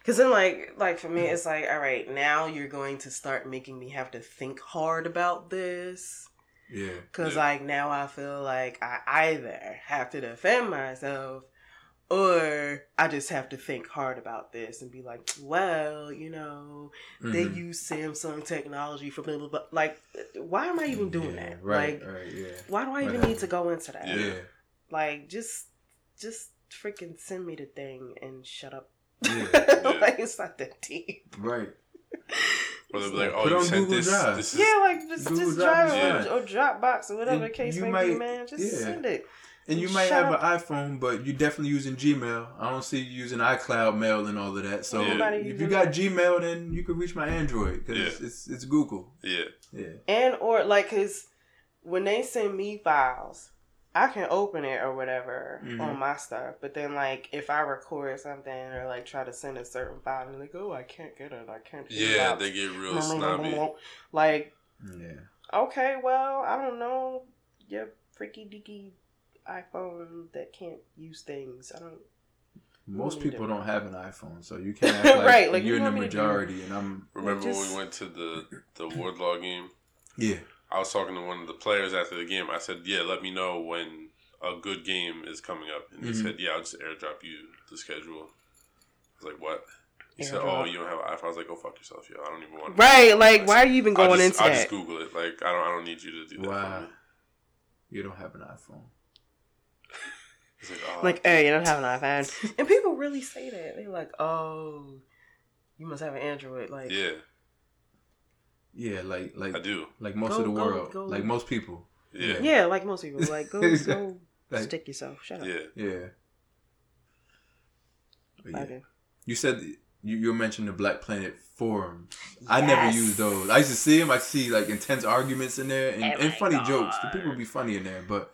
[SPEAKER 3] Cause then, like, like for me, it's like, all right, now you're going to start making me have to think hard about this.
[SPEAKER 1] Yeah.
[SPEAKER 3] Cause
[SPEAKER 2] Yeah.
[SPEAKER 3] like now I feel like I either have to defend myself, or I just have to think hard about this and be like, well, you know, they
[SPEAKER 1] Mhm.
[SPEAKER 3] use Samsung technology for blah blah blah. Like, why am I even doing
[SPEAKER 1] Yeah,
[SPEAKER 3] that?
[SPEAKER 1] Right.
[SPEAKER 3] Like,
[SPEAKER 1] right. Yeah.
[SPEAKER 3] why do I even
[SPEAKER 1] Whatever.
[SPEAKER 3] need to go into that?
[SPEAKER 2] Yeah.
[SPEAKER 1] Yeah.
[SPEAKER 3] Like, just, just freaking send me the thing and shut up.
[SPEAKER 1] Yeah.
[SPEAKER 3] like it's not that deep.
[SPEAKER 1] Right.
[SPEAKER 2] or they'll be like, "Oh,
[SPEAKER 1] Put
[SPEAKER 2] you
[SPEAKER 1] on
[SPEAKER 2] sent
[SPEAKER 1] Google
[SPEAKER 2] this.
[SPEAKER 1] Drive.
[SPEAKER 2] This is
[SPEAKER 3] Yeah, like just
[SPEAKER 1] Google
[SPEAKER 3] just
[SPEAKER 1] Drive
[SPEAKER 3] drive it
[SPEAKER 1] is
[SPEAKER 3] or, or Dropbox or whatever the
[SPEAKER 1] And
[SPEAKER 3] case
[SPEAKER 1] you
[SPEAKER 3] may be,
[SPEAKER 1] might-
[SPEAKER 3] man. Just
[SPEAKER 1] yeah.
[SPEAKER 3] send it.
[SPEAKER 1] And you might
[SPEAKER 3] Shut
[SPEAKER 1] have
[SPEAKER 3] up.
[SPEAKER 1] an iPhone, but you're definitely using Gmail. I don't see you using iCloud Mail and all of that. So
[SPEAKER 2] Yeah.
[SPEAKER 3] Nobody
[SPEAKER 1] if you
[SPEAKER 3] using
[SPEAKER 1] got Gmail, then you can reach my Android because
[SPEAKER 2] Yeah.
[SPEAKER 1] it's it's Google.
[SPEAKER 2] Yeah.
[SPEAKER 1] Yeah,
[SPEAKER 3] And or like, cause when they send me files, I can open it or whatever
[SPEAKER 1] Mhm.
[SPEAKER 3] on my stuff. But then like, if I record something or like try to send a certain file, and like, oh, I can't get it, I can't. get it
[SPEAKER 2] Yeah,
[SPEAKER 3] out."
[SPEAKER 2] they get real snobby.
[SPEAKER 3] Like,
[SPEAKER 1] yeah.
[SPEAKER 3] okay, well, I don't know, your freaky deaky iPhone that can't use things. I don't.
[SPEAKER 1] Most
[SPEAKER 3] need to-
[SPEAKER 1] people don't have an iPhone, so you can't act like,
[SPEAKER 3] Right, like,
[SPEAKER 1] you're
[SPEAKER 3] you
[SPEAKER 1] in the
[SPEAKER 3] want me to do-
[SPEAKER 1] majority. And I'm
[SPEAKER 2] Remember when
[SPEAKER 3] just-
[SPEAKER 2] we went to the the Wardlaw game?
[SPEAKER 1] yeah,
[SPEAKER 2] I was talking to one of the players after the game. I said, "Yeah, let me know when a good game is coming up." And he
[SPEAKER 3] Mm-hmm.
[SPEAKER 1] Mhm.
[SPEAKER 2] said, "Yeah, I'll just airdrop you the schedule." I was like, "What?" He said,
[SPEAKER 3] Airdrop.
[SPEAKER 2] "Oh, you don't have an iPhone." I was like, "Go fuck yourself, yo! I don't even want."
[SPEAKER 3] Right, like, why are you even
[SPEAKER 2] I
[SPEAKER 3] going
[SPEAKER 2] just,
[SPEAKER 3] into
[SPEAKER 2] I
[SPEAKER 3] that?
[SPEAKER 2] just Google it. Like, I don't. I don't need you to do that.
[SPEAKER 1] Wow.
[SPEAKER 2] For me.
[SPEAKER 1] you don't have an iPhone.
[SPEAKER 2] He's like, oh,
[SPEAKER 3] like, hey, you don't have an iPhone, and people really say that. They're like, oh, you must have an Android. Like,
[SPEAKER 2] yeah,
[SPEAKER 1] Yeah, like like
[SPEAKER 2] I do.
[SPEAKER 1] like most
[SPEAKER 3] Go-
[SPEAKER 1] of the
[SPEAKER 3] go-
[SPEAKER 1] world,
[SPEAKER 3] go.
[SPEAKER 1] like most people.
[SPEAKER 2] Yeah, yeah.
[SPEAKER 3] Yeah, like most people, like go go
[SPEAKER 1] Like,
[SPEAKER 3] stick yourself. Shut up.
[SPEAKER 2] yeah.
[SPEAKER 1] yeah. But yeah.
[SPEAKER 3] Okay.
[SPEAKER 1] You said you, you mentioned the Black Planet forums. I
[SPEAKER 3] Yes.
[SPEAKER 1] never use those. I used to see them. I see like intense arguments in there and,
[SPEAKER 3] Oh
[SPEAKER 1] and
[SPEAKER 3] my
[SPEAKER 1] funny jokes. The
[SPEAKER 3] God.
[SPEAKER 1] people be funny in there, but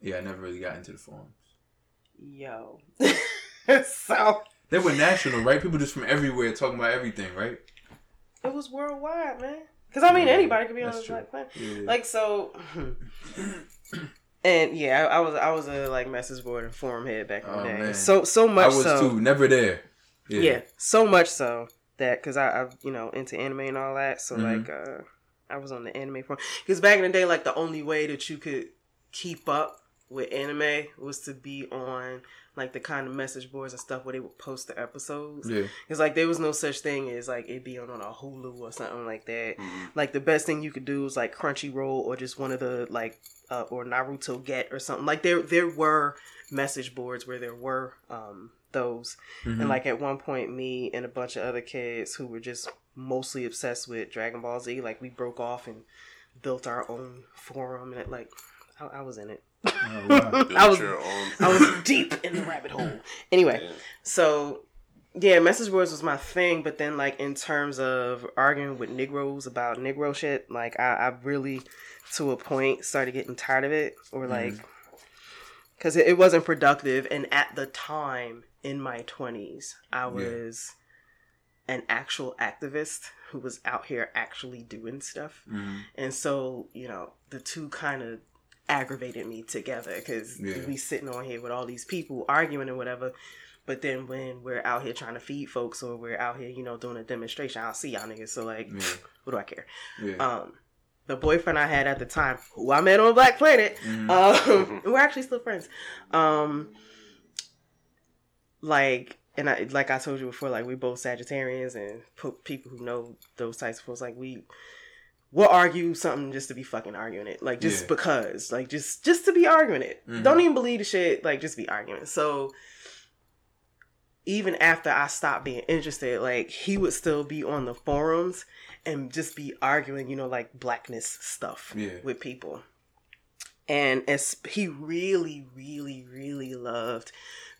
[SPEAKER 1] yeah, I never really got into the forums.
[SPEAKER 3] Yo. so
[SPEAKER 1] They were national, right? People just from everywhere talking about everything, right?
[SPEAKER 3] it was worldwide, man. Because I mean,
[SPEAKER 1] Yeah,
[SPEAKER 3] anybody could be on
[SPEAKER 1] that's
[SPEAKER 3] this
[SPEAKER 1] true.
[SPEAKER 3] black planet.
[SPEAKER 1] Yeah.
[SPEAKER 3] Like so. And yeah, I, I was I was a like message board and forum head back in the
[SPEAKER 1] Oh,
[SPEAKER 3] day.
[SPEAKER 1] man.
[SPEAKER 3] So so
[SPEAKER 1] I
[SPEAKER 3] much
[SPEAKER 1] was
[SPEAKER 3] so.
[SPEAKER 1] too. Never there.
[SPEAKER 3] yeah. so much so that because I, I you know into anime and all that so
[SPEAKER 1] Mhm.
[SPEAKER 3] like uh i was on the anime forum because back in the day like the only way that you could keep up with anime was to be on like the kind of message boards and stuff where they would post the episodes
[SPEAKER 1] Yeah.
[SPEAKER 3] it's like there was no such thing as like it being on a hulu or something like that
[SPEAKER 2] Mhm.
[SPEAKER 3] like the best thing you could do is like Crunchyroll or just one of the like uh, or Naruto Get or something. Like there there were message boards where there were um those.
[SPEAKER 1] Mhm.
[SPEAKER 3] And like at one point me and a bunch of other kids who were just mostly obsessed with Dragon Ball Z, like we broke off and built our own forum and it, like I, I was in it.
[SPEAKER 1] Oh, wow.
[SPEAKER 2] Build
[SPEAKER 3] I was
[SPEAKER 2] your own.
[SPEAKER 3] I was mm-hmm. deep in the rabbit hole. Anyway,
[SPEAKER 2] Yeah.
[SPEAKER 3] so yeah, message boards was my thing, but then like in terms of arguing with Negroes about Negro shit, like I, I really to a point started getting tired of it or like because it, it wasn't productive and at the time in my 20s i was an actual activist who was out here actually doing stuff
[SPEAKER 1] Mhm.
[SPEAKER 3] and so you know the two kind of aggravated me together because
[SPEAKER 1] Yeah.
[SPEAKER 3] we sitting on here with all these people arguing and whatever but then when we're out here trying to feed folks or we're out here you know doing a demonstration i'll see y'all niggas so like
[SPEAKER 1] Yeah.
[SPEAKER 3] what do i care
[SPEAKER 1] Yeah.
[SPEAKER 3] um the boyfriend i had at the time who i met on black planet
[SPEAKER 1] Mhm.
[SPEAKER 3] um, we're actually still friends. Um, like, and I like I told you before, like we both Sagittarians and po- people who know those types of folks, like we will argue something just to be fucking arguing it, like just
[SPEAKER 1] Yeah.
[SPEAKER 3] because, like just just to be arguing it.
[SPEAKER 1] Mhm.
[SPEAKER 3] Don't even believe the shit, like just be arguing. So even after I stopped being interested, like he would still be on the forums and just be arguing, you know, like blackness stuff
[SPEAKER 1] Yeah.
[SPEAKER 3] with people. And as he really, really, really loved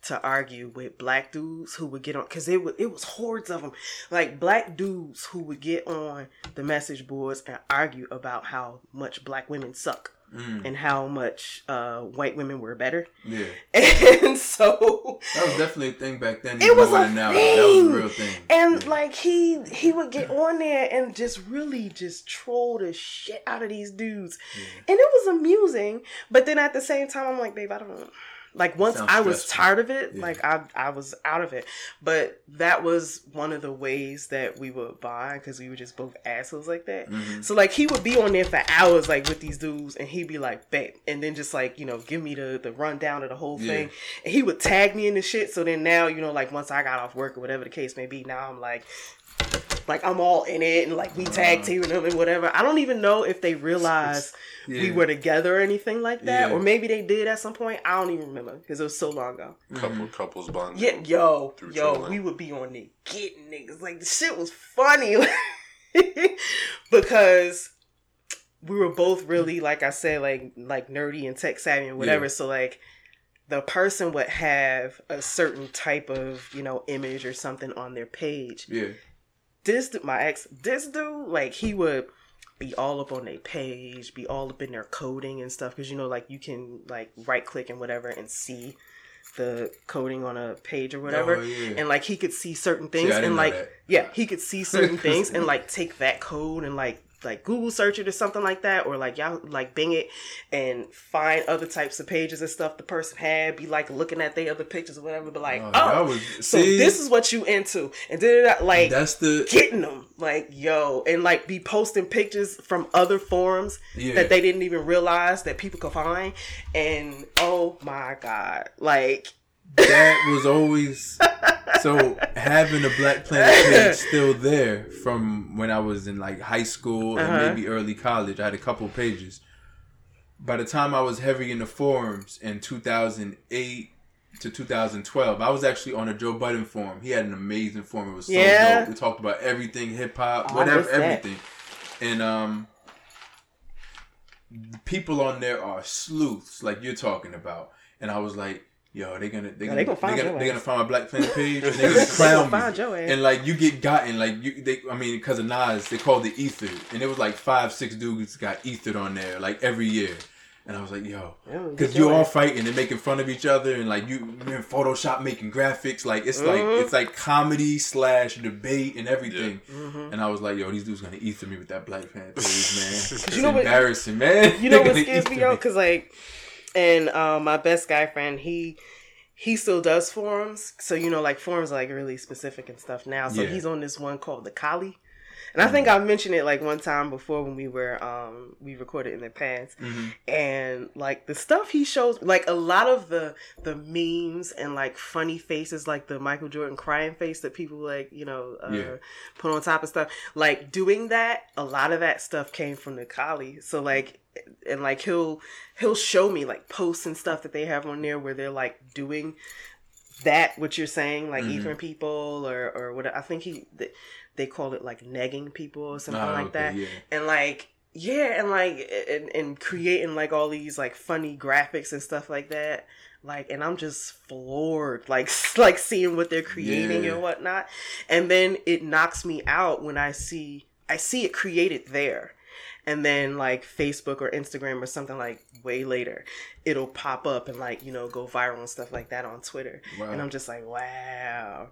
[SPEAKER 3] to argue with black dudes who would get on, because it was it was hordes of them, like black dudes who would get on the message boards and argue about how much black women suck
[SPEAKER 1] Mhm.
[SPEAKER 3] and how much uh, white women were better.
[SPEAKER 1] Yeah.
[SPEAKER 3] And so
[SPEAKER 1] That was definitely a thing back then.
[SPEAKER 3] It
[SPEAKER 1] even
[SPEAKER 3] was
[SPEAKER 1] more
[SPEAKER 3] a
[SPEAKER 1] than now. That was
[SPEAKER 3] thing.
[SPEAKER 1] a real thing.
[SPEAKER 3] And
[SPEAKER 1] Yeah.
[SPEAKER 3] like he he would get on there and just really just troll the shit out of these dudes.
[SPEAKER 1] Yeah.
[SPEAKER 3] And it was amusing. But then at the same time I'm like, babe, I don't like once
[SPEAKER 1] Sounds
[SPEAKER 3] I was
[SPEAKER 1] stressful.
[SPEAKER 3] tired of it,
[SPEAKER 1] Yeah.
[SPEAKER 3] like I I was out of it. But that was one of the ways that we would bond because we were just both assholes like that.
[SPEAKER 1] Mhm.
[SPEAKER 3] So like he would be on there for hours like with these dudes and he'd be like bet and then just like you know give me the the rundown of the whole
[SPEAKER 1] Yeah.
[SPEAKER 3] thing and he would tag me in the shit so then now you know like once I got off work or whatever the case may be now I'm like like I'm all in it and like we tag teaming them and whatever I don't even know if they realized
[SPEAKER 1] Yeah.
[SPEAKER 3] we were together or anything like that
[SPEAKER 1] Yeah.
[SPEAKER 3] or maybe they did at some point I don't even remember because it was so long ago
[SPEAKER 1] Mm-hmm.
[SPEAKER 2] couple couples bond.
[SPEAKER 3] yeah yo
[SPEAKER 2] Through
[SPEAKER 3] yo
[SPEAKER 2] trolling.
[SPEAKER 3] we would be on there getting niggas like the shit was funny because we were both really like I said, like like nerdy and tech savvy and whatever.
[SPEAKER 1] Yeah.
[SPEAKER 3] So like the person would have a certain type of you know image or something on their page.
[SPEAKER 1] Yeah.
[SPEAKER 3] This dude, my ex, this dude, like he would be all up on their page, be all up in their coding and stuff because you know like you can like right click and whatever and see the coding on a page or whatever
[SPEAKER 1] Oh, yeah.
[SPEAKER 3] and like he could see certain
[SPEAKER 1] See, I
[SPEAKER 3] things
[SPEAKER 1] didn't
[SPEAKER 3] and
[SPEAKER 1] know
[SPEAKER 3] like
[SPEAKER 1] that.
[SPEAKER 3] yeah he could see certain things and like take that code and like like google search it or something like that or like y'all like bing it and find other types of pages and stuff the person had be like looking at their other pictures or whatever but like
[SPEAKER 1] Oh,
[SPEAKER 3] oh,
[SPEAKER 1] that was-
[SPEAKER 3] so
[SPEAKER 1] see?
[SPEAKER 3] this is what you into and did it like
[SPEAKER 1] That's the
[SPEAKER 3] getting them like yo and like be posting pictures from other forums
[SPEAKER 1] Yeah.
[SPEAKER 3] that they didn't even realize that people could find and oh my god like
[SPEAKER 1] that was always so having a Black Planet page still there from when I was in like high school and
[SPEAKER 3] Uh-huh.
[SPEAKER 1] maybe early college. I had a couple pages. By the time I was heavy in the forums in 2008 to 2012, I was actually on a Joe Budden forum. He had an amazing forum. It was so
[SPEAKER 3] Yeah. Oh,
[SPEAKER 1] dope. We talked about everything, hip hop,
[SPEAKER 3] I
[SPEAKER 1] whatever,
[SPEAKER 3] missed that.
[SPEAKER 1] everything. And um, the people on there are sleuths, like you're talking about. And I was like, yo, they're gonna they're
[SPEAKER 3] Yeah,
[SPEAKER 1] gonna
[SPEAKER 3] they
[SPEAKER 1] they
[SPEAKER 3] gonna
[SPEAKER 1] gonna
[SPEAKER 3] find
[SPEAKER 1] they
[SPEAKER 3] your
[SPEAKER 1] gonna,
[SPEAKER 3] ass.
[SPEAKER 1] find my Black Planet page. and They're gonna clown
[SPEAKER 3] gonna find
[SPEAKER 1] me.
[SPEAKER 3] your ass.
[SPEAKER 1] And like you get gotten, like you they I mean, because of Nas, they called it Ether, and it was like five six dudes got ethered on there like every year. And I was like, yo,
[SPEAKER 3] Yeah,
[SPEAKER 1] because
[SPEAKER 3] get
[SPEAKER 1] you're
[SPEAKER 3] your
[SPEAKER 1] all
[SPEAKER 3] ass.
[SPEAKER 1] fighting and making fun of each other, and like you you're in Photoshop making graphics, like it's
[SPEAKER 3] Mhm.
[SPEAKER 1] like it's like comedy slash debate and everything.
[SPEAKER 3] Mhm.
[SPEAKER 1] And I was like, yo, these dudes gonna ether me with that Black Planet page, man. It's
[SPEAKER 3] know what-
[SPEAKER 1] embarrassing, man.
[SPEAKER 3] you know
[SPEAKER 1] They're
[SPEAKER 3] what
[SPEAKER 1] gonna
[SPEAKER 3] scares me
[SPEAKER 1] ether
[SPEAKER 3] out because like and um my best guy friend he he still does forums so you know like forums are like really specific and stuff now so
[SPEAKER 1] Yeah. Mm.
[SPEAKER 3] he's on this one called the collie and i think i mentioned it like one time before when we were um we recorded in the past
[SPEAKER 1] Mhm.
[SPEAKER 3] and like the stuff he shows like a lot of the the memes and like funny faces like the michael jordan crying face that people like you know uh,
[SPEAKER 1] Yeah.
[SPEAKER 3] put on top of stuff like doing that a lot of that stuff came from the collie so like and like he'll he'll show me like posts and stuff that they have on there where they're like doing that what you're saying like
[SPEAKER 1] Mhm.
[SPEAKER 3] ethering people or or what i think he th- they call it like negging people or something
[SPEAKER 1] Ah,
[SPEAKER 3] like
[SPEAKER 1] okay,
[SPEAKER 3] that
[SPEAKER 1] yeah.
[SPEAKER 3] and like yeah and like and, and creating like all these like funny graphics and stuff like that like and i'm just floored like like seeing what they're creating
[SPEAKER 1] Yeah.
[SPEAKER 3] and whatnot and then it knocks me out when i see i see it created there and then like facebook or instagram or something like way later it'll pop up and like you know go viral and stuff like that on twitter
[SPEAKER 1] Wow.
[SPEAKER 3] and i'm just like wow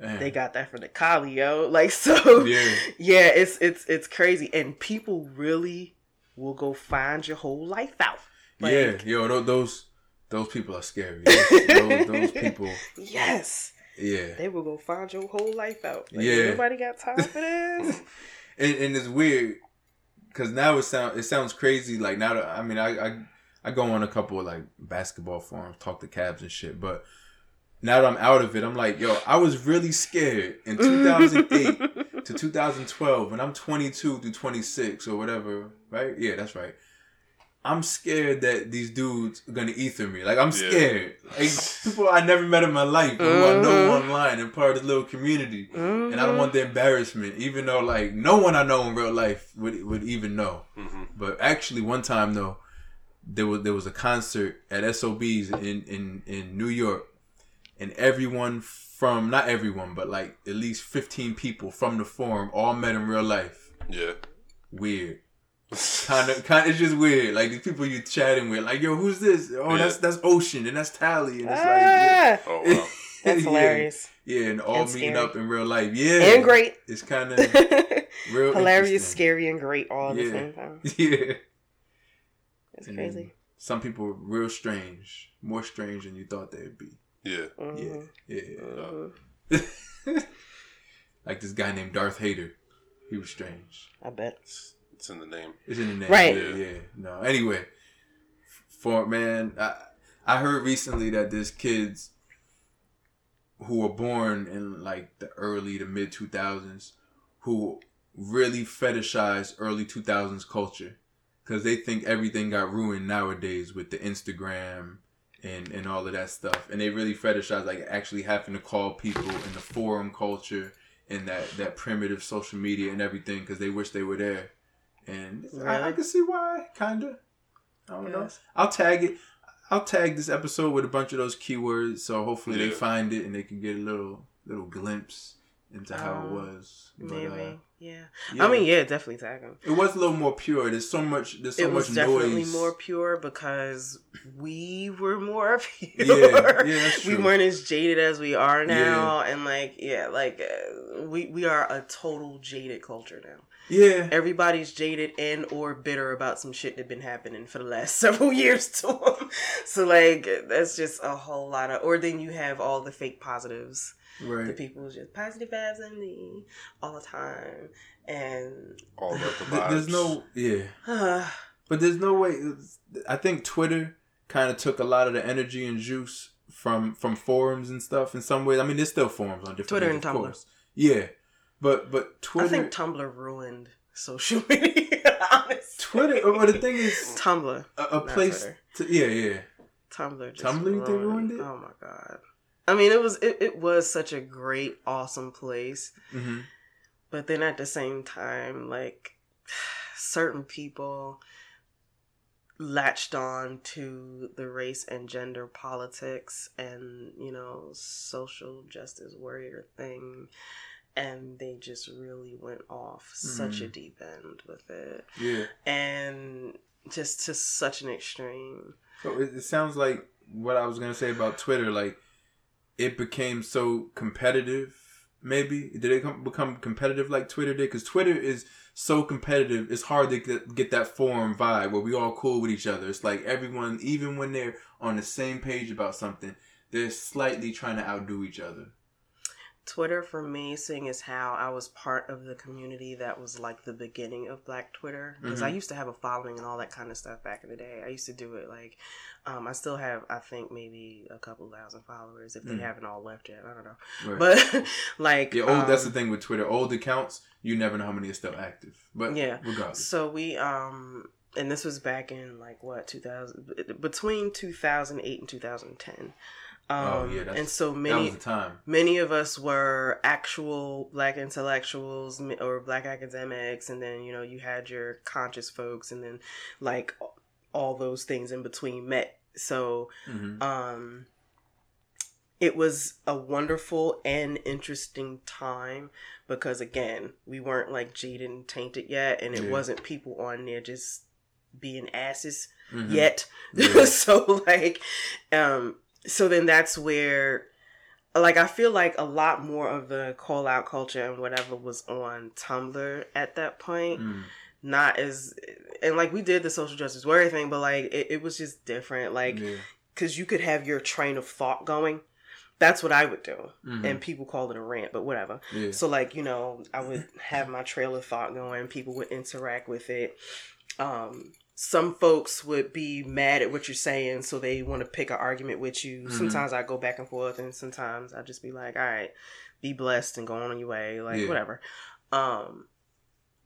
[SPEAKER 1] Damn.
[SPEAKER 3] they got that from the collie yo like so
[SPEAKER 1] yeah.
[SPEAKER 3] yeah, it's it's it's crazy, and people really will go find your whole life out. Like,
[SPEAKER 1] yeah, yo, tho- those those people are scary. Those, those, those people,
[SPEAKER 3] Yes,
[SPEAKER 1] yeah.
[SPEAKER 3] they will go find your whole life out. Like,
[SPEAKER 1] Yeah.
[SPEAKER 3] Nobody got time for this.
[SPEAKER 1] And, and it's weird because now it sound it sounds crazy. Like now, that, I mean, I, I I go on a couple of like basketball forums, talk to cabs and shit. But now that I'm out of it, I'm like, yo, I was really scared in 2008 to 2012 when I'm 22 through 26 or whatever, right? Yeah, that's right. I'm scared that these dudes are gonna ether me. Like I'm
[SPEAKER 2] Yeah.
[SPEAKER 1] scared. Like, people I never met in my life, but who I know
[SPEAKER 3] Mhm.
[SPEAKER 1] online and part of the little community, and
[SPEAKER 3] Mm-hmm.
[SPEAKER 1] I don't want the embarrassment. Even though like no one I know in real life would would even know.
[SPEAKER 2] Mm-hmm.
[SPEAKER 1] But actually, one time though, there was there was a concert at SOB's in in in New York, and everyone from not everyone, but like at least fifteen people from the forum all met in real life.
[SPEAKER 2] Yeah.
[SPEAKER 1] Weird. Kind of, kind. It's just weird. Like these people you chatting with, like yo, who's this? Oh,
[SPEAKER 2] Yeah.
[SPEAKER 1] that's that's Ocean and that's Tally, and it's like yeah.
[SPEAKER 3] Ah,
[SPEAKER 2] Oh wow.
[SPEAKER 3] that's
[SPEAKER 1] Yeah.
[SPEAKER 3] hilarious
[SPEAKER 1] Yeah, and all
[SPEAKER 3] And
[SPEAKER 1] meeting
[SPEAKER 3] scary.
[SPEAKER 1] up in real life. Yeah,
[SPEAKER 3] and great,
[SPEAKER 1] It's kind of real
[SPEAKER 3] hilarious,
[SPEAKER 1] interesting.
[SPEAKER 3] scary, and great all at the
[SPEAKER 1] Yeah. Mm-hmm.
[SPEAKER 3] same time.
[SPEAKER 1] Yeah.
[SPEAKER 3] It's
[SPEAKER 1] And
[SPEAKER 3] crazy.
[SPEAKER 1] Some people are real strange, more strange than you thought they'd be.
[SPEAKER 2] Yeah.
[SPEAKER 3] Mhm.
[SPEAKER 1] Yeah,
[SPEAKER 3] Mhm.
[SPEAKER 1] like this guy named Darth Hader. He was strange.
[SPEAKER 3] I bet.
[SPEAKER 2] It's, it's in the name.
[SPEAKER 1] It's in the name.
[SPEAKER 3] Right.
[SPEAKER 1] Yeah. yeah. No. Anyway, for man, I I heard recently that there's kids who were born in like the early to mid 2000s who really fetishize early 2000s culture because they think everything got ruined nowadays with the Instagram and and all of that stuff, and they really fetishize like actually having to call people in the forum culture and that that primitive social media and everything because they wish they were there. and
[SPEAKER 3] Really?
[SPEAKER 1] I, I can see why, kinda. I don't know.
[SPEAKER 3] Yes.
[SPEAKER 1] I'll tag it. I'll tag this episode with a bunch of those keywords, so hopefully they
[SPEAKER 2] Yeah.
[SPEAKER 1] find it and they can get a little little glimpse into how it
[SPEAKER 3] Um,
[SPEAKER 1] was. But,
[SPEAKER 3] Maybe.
[SPEAKER 1] Uh,
[SPEAKER 3] yeah.
[SPEAKER 1] yeah.
[SPEAKER 3] I mean, yeah, definitely tag him.
[SPEAKER 1] it was a little more pure. There's so much. There's so
[SPEAKER 3] it
[SPEAKER 1] much
[SPEAKER 3] was definitely
[SPEAKER 1] noise.
[SPEAKER 3] more pure because we were more pure.
[SPEAKER 1] yeah, yeah, that's
[SPEAKER 3] we
[SPEAKER 1] true.
[SPEAKER 3] weren't as jaded as we are now, and like, yeah, like uh, we we are a total jaded culture now.
[SPEAKER 1] yeah,
[SPEAKER 3] Everybody's jaded and or bitter about some shit that been happening for the last several years to them. So like, that's just a whole lot of. Or then you have all the fake positives the
[SPEAKER 1] right.
[SPEAKER 3] people who's just positive vibes and me all the time and
[SPEAKER 2] All about the
[SPEAKER 1] Th-
[SPEAKER 2] vibes.
[SPEAKER 1] There's no yeah.
[SPEAKER 3] uh,
[SPEAKER 1] But there's no way. I think Twitter kind of took a lot of the energy and juice from from forums and stuff in some ways. I mean, there's still forums on different
[SPEAKER 3] Twitter
[SPEAKER 1] things,
[SPEAKER 3] and
[SPEAKER 1] of
[SPEAKER 3] Tumblr.
[SPEAKER 1] course. Yeah, but but Twitter,
[SPEAKER 3] i think tumblr ruined social media honestly
[SPEAKER 1] Twitter. oh, But the thing is,
[SPEAKER 3] tumblr
[SPEAKER 1] a, a
[SPEAKER 3] not
[SPEAKER 1] place.
[SPEAKER 3] Twitter.
[SPEAKER 1] To, yeah, yeah.
[SPEAKER 3] tumblr just
[SPEAKER 1] Tumblr, you think ruined it?
[SPEAKER 3] oh my god i mean it was it, it was such a great awesome place
[SPEAKER 1] hmm
[SPEAKER 3] but then at the same time like certain people latched on to the race and gender politics and you know social justice warrior thing and they just really went off such a deep end with it
[SPEAKER 1] Yeah.
[SPEAKER 3] and just to such an extreme
[SPEAKER 1] So it, it sounds like what I was gonna say about Twitter. Like it became so competitive. Maybe did it come, become competitive like Twitter did? Because Twitter is so competitive. It's hard to get, get that forum vibe where we all cool with each other. It's like everyone, even when they're on the same page about something, they're slightly trying to outdo each other.
[SPEAKER 3] Twitter for me, seeing as how I was part of the community that was like the beginning of Black Twitter, because
[SPEAKER 1] Mm-hmm.
[SPEAKER 3] I used to have a following and all that kind of stuff back in the day. I used to do it like, um, I still have, I think maybe a couple thousand followers if they
[SPEAKER 1] Mm.
[SPEAKER 3] haven't all left yet. I don't know,
[SPEAKER 1] Right.
[SPEAKER 3] but like,
[SPEAKER 1] yeah, old, that's the
[SPEAKER 3] um,
[SPEAKER 1] thing with Twitter. Old accounts, you never know how many are still active. But yeah,
[SPEAKER 3] Yeah.
[SPEAKER 1] regardless.
[SPEAKER 3] So we um and this was back in like what 2000 between 2008 and 2010. Um
[SPEAKER 1] Oh, yeah, that's-
[SPEAKER 3] and so
[SPEAKER 1] that
[SPEAKER 3] many
[SPEAKER 1] was the time.
[SPEAKER 3] many of us were actual black intellectuals m- or black academics and then you know you had your conscious folks and then like all those things in between met so
[SPEAKER 1] hmm
[SPEAKER 3] um it was a wonderful and interesting time because again we weren't like jaded and tainted yet and it
[SPEAKER 1] Yeah.
[SPEAKER 3] wasn't people on there just being asses
[SPEAKER 1] hmm
[SPEAKER 3] yet
[SPEAKER 1] Yeah.
[SPEAKER 3] so like um so then that's where like I feel like a lot more of the call out culture and whatever was on Tumblr at that point.
[SPEAKER 1] Mm.
[SPEAKER 3] Not as and like we did the social justice warrior thing, but like it, it was just different. Like
[SPEAKER 1] yeah.
[SPEAKER 3] because you could have your train of thought going. That's what I would do,
[SPEAKER 1] Mhm.
[SPEAKER 3] and people call it a rant, but whatever.
[SPEAKER 1] yeah.
[SPEAKER 3] So like, you know, I would have my trail of thought going, people would interact with it. Um some folks would be mad at what you're saying, so they want to pick an argument with you.
[SPEAKER 1] Mhm.
[SPEAKER 3] Sometimes I go back and forth and sometimes I just be like, "All right, be blessed and go on your way," like
[SPEAKER 1] Yeah.
[SPEAKER 3] whatever. Um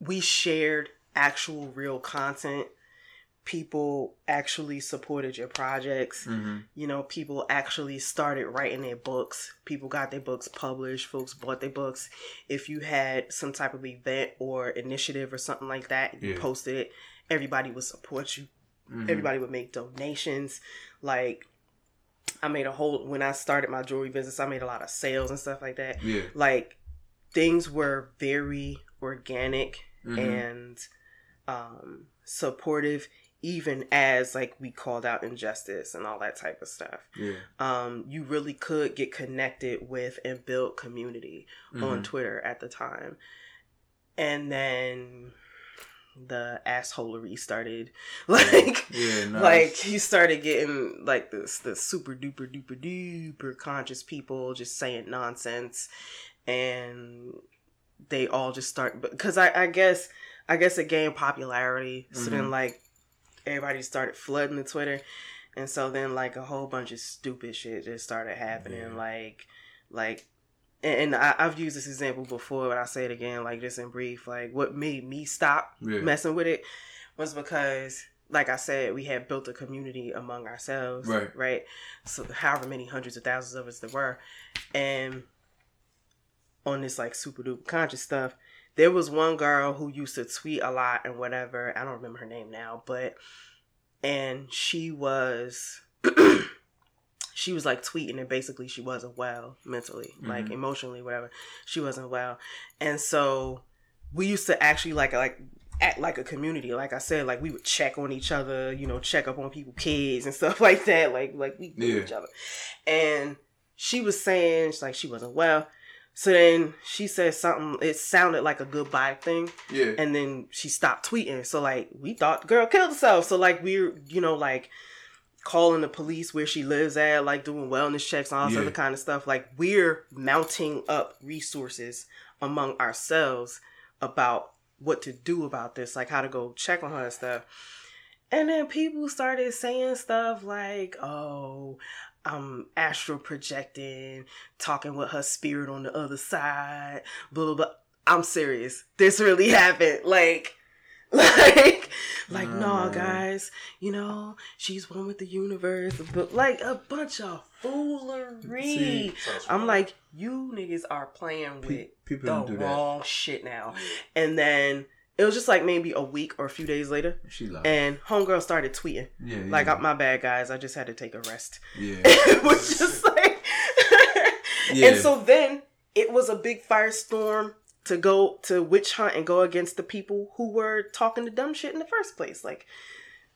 [SPEAKER 3] we shared actual real content. People actually supported your projects
[SPEAKER 1] hmm
[SPEAKER 3] you know, people actually started writing their books. People got their books published. Folks bought their books. If you had some type of event or initiative or something like that, you
[SPEAKER 1] Yeah.
[SPEAKER 3] posted it. Everybody would support you.
[SPEAKER 1] Mhm.
[SPEAKER 3] Everybody would make donations. Like, I made a whole, when I started my jewelry business, I made a lot of sales and stuff like that.
[SPEAKER 1] Yeah.
[SPEAKER 3] Like, things were very organic
[SPEAKER 1] Mhm.
[SPEAKER 3] and um, supportive, even as like we called out injustice and all that type of stuff.
[SPEAKER 1] yeah.
[SPEAKER 3] Um, you really could get connected with and build community on
[SPEAKER 1] Mhm.
[SPEAKER 3] Twitter at the time, and then the assholery started. Like,
[SPEAKER 1] yeah, nah,
[SPEAKER 3] like you started getting like this the super duper duper duper conscious people just saying nonsense and they all just start because I, I guess I guess it gained popularity. So then like everybody started flooding the Twitter and so then like a whole bunch of stupid shit just started happening.
[SPEAKER 1] Yeah.
[SPEAKER 3] Like like and and I, I've used this example before, but I say it again, like just in brief, like what made me stop
[SPEAKER 1] yeah.
[SPEAKER 3] messing with it was because like I said, we had built a community among ourselves.
[SPEAKER 1] Right.
[SPEAKER 3] So however many hundreds of thousands of us there were. And on this like super duper conscious stuff, There was one girl who used to tweet a lot and whatever. I don't remember her name now, but and she was she was like tweeting and basically she wasn't well mentally, like
[SPEAKER 1] Mhm.
[SPEAKER 3] emotionally, whatever. She wasn't well. And so we used to actually like like act like a community. Like I said, like we would check on each other, you know, check up on people, kids and stuff like that. Like like we knew
[SPEAKER 1] Yeah.
[SPEAKER 3] each other. And she was saying she's like she wasn't well. So then she said something. It sounded like a goodbye thing,
[SPEAKER 1] Yeah.
[SPEAKER 3] and then she stopped tweeting. So like we thought the girl killed herself. So like we're you know like calling the police where she lives at, like doing wellness checks and all this
[SPEAKER 1] Yeah.
[SPEAKER 3] other kind of stuff. Like we're mounting up resources among ourselves about what to do about this, like how to go check on her and stuff. And then people started saying stuff like, oh, I'm astral projecting, talking with her spirit on the other side, blah, blah, blah. I'm serious. This really happened. Like, like, like, no,
[SPEAKER 1] Nah.
[SPEAKER 3] guys, you know, she's one with the universe, but like a bunch of foolery.
[SPEAKER 1] See,
[SPEAKER 3] I'm like, you niggas are playing with
[SPEAKER 1] pe- people
[SPEAKER 3] the
[SPEAKER 1] don't do that.
[SPEAKER 3] wrong shit now. And then it was just like maybe a week or a few days later,
[SPEAKER 1] She lied.
[SPEAKER 3] and homegirl started tweeting.
[SPEAKER 1] yeah, yeah.
[SPEAKER 3] Like, I, my bad, guys. I just had to take a rest.
[SPEAKER 1] yeah,
[SPEAKER 3] it was just like,
[SPEAKER 1] yeah.
[SPEAKER 3] and so then it was a big firestorm to go to witch hunt and go against the people who were talking the dumb shit in the first place. Like,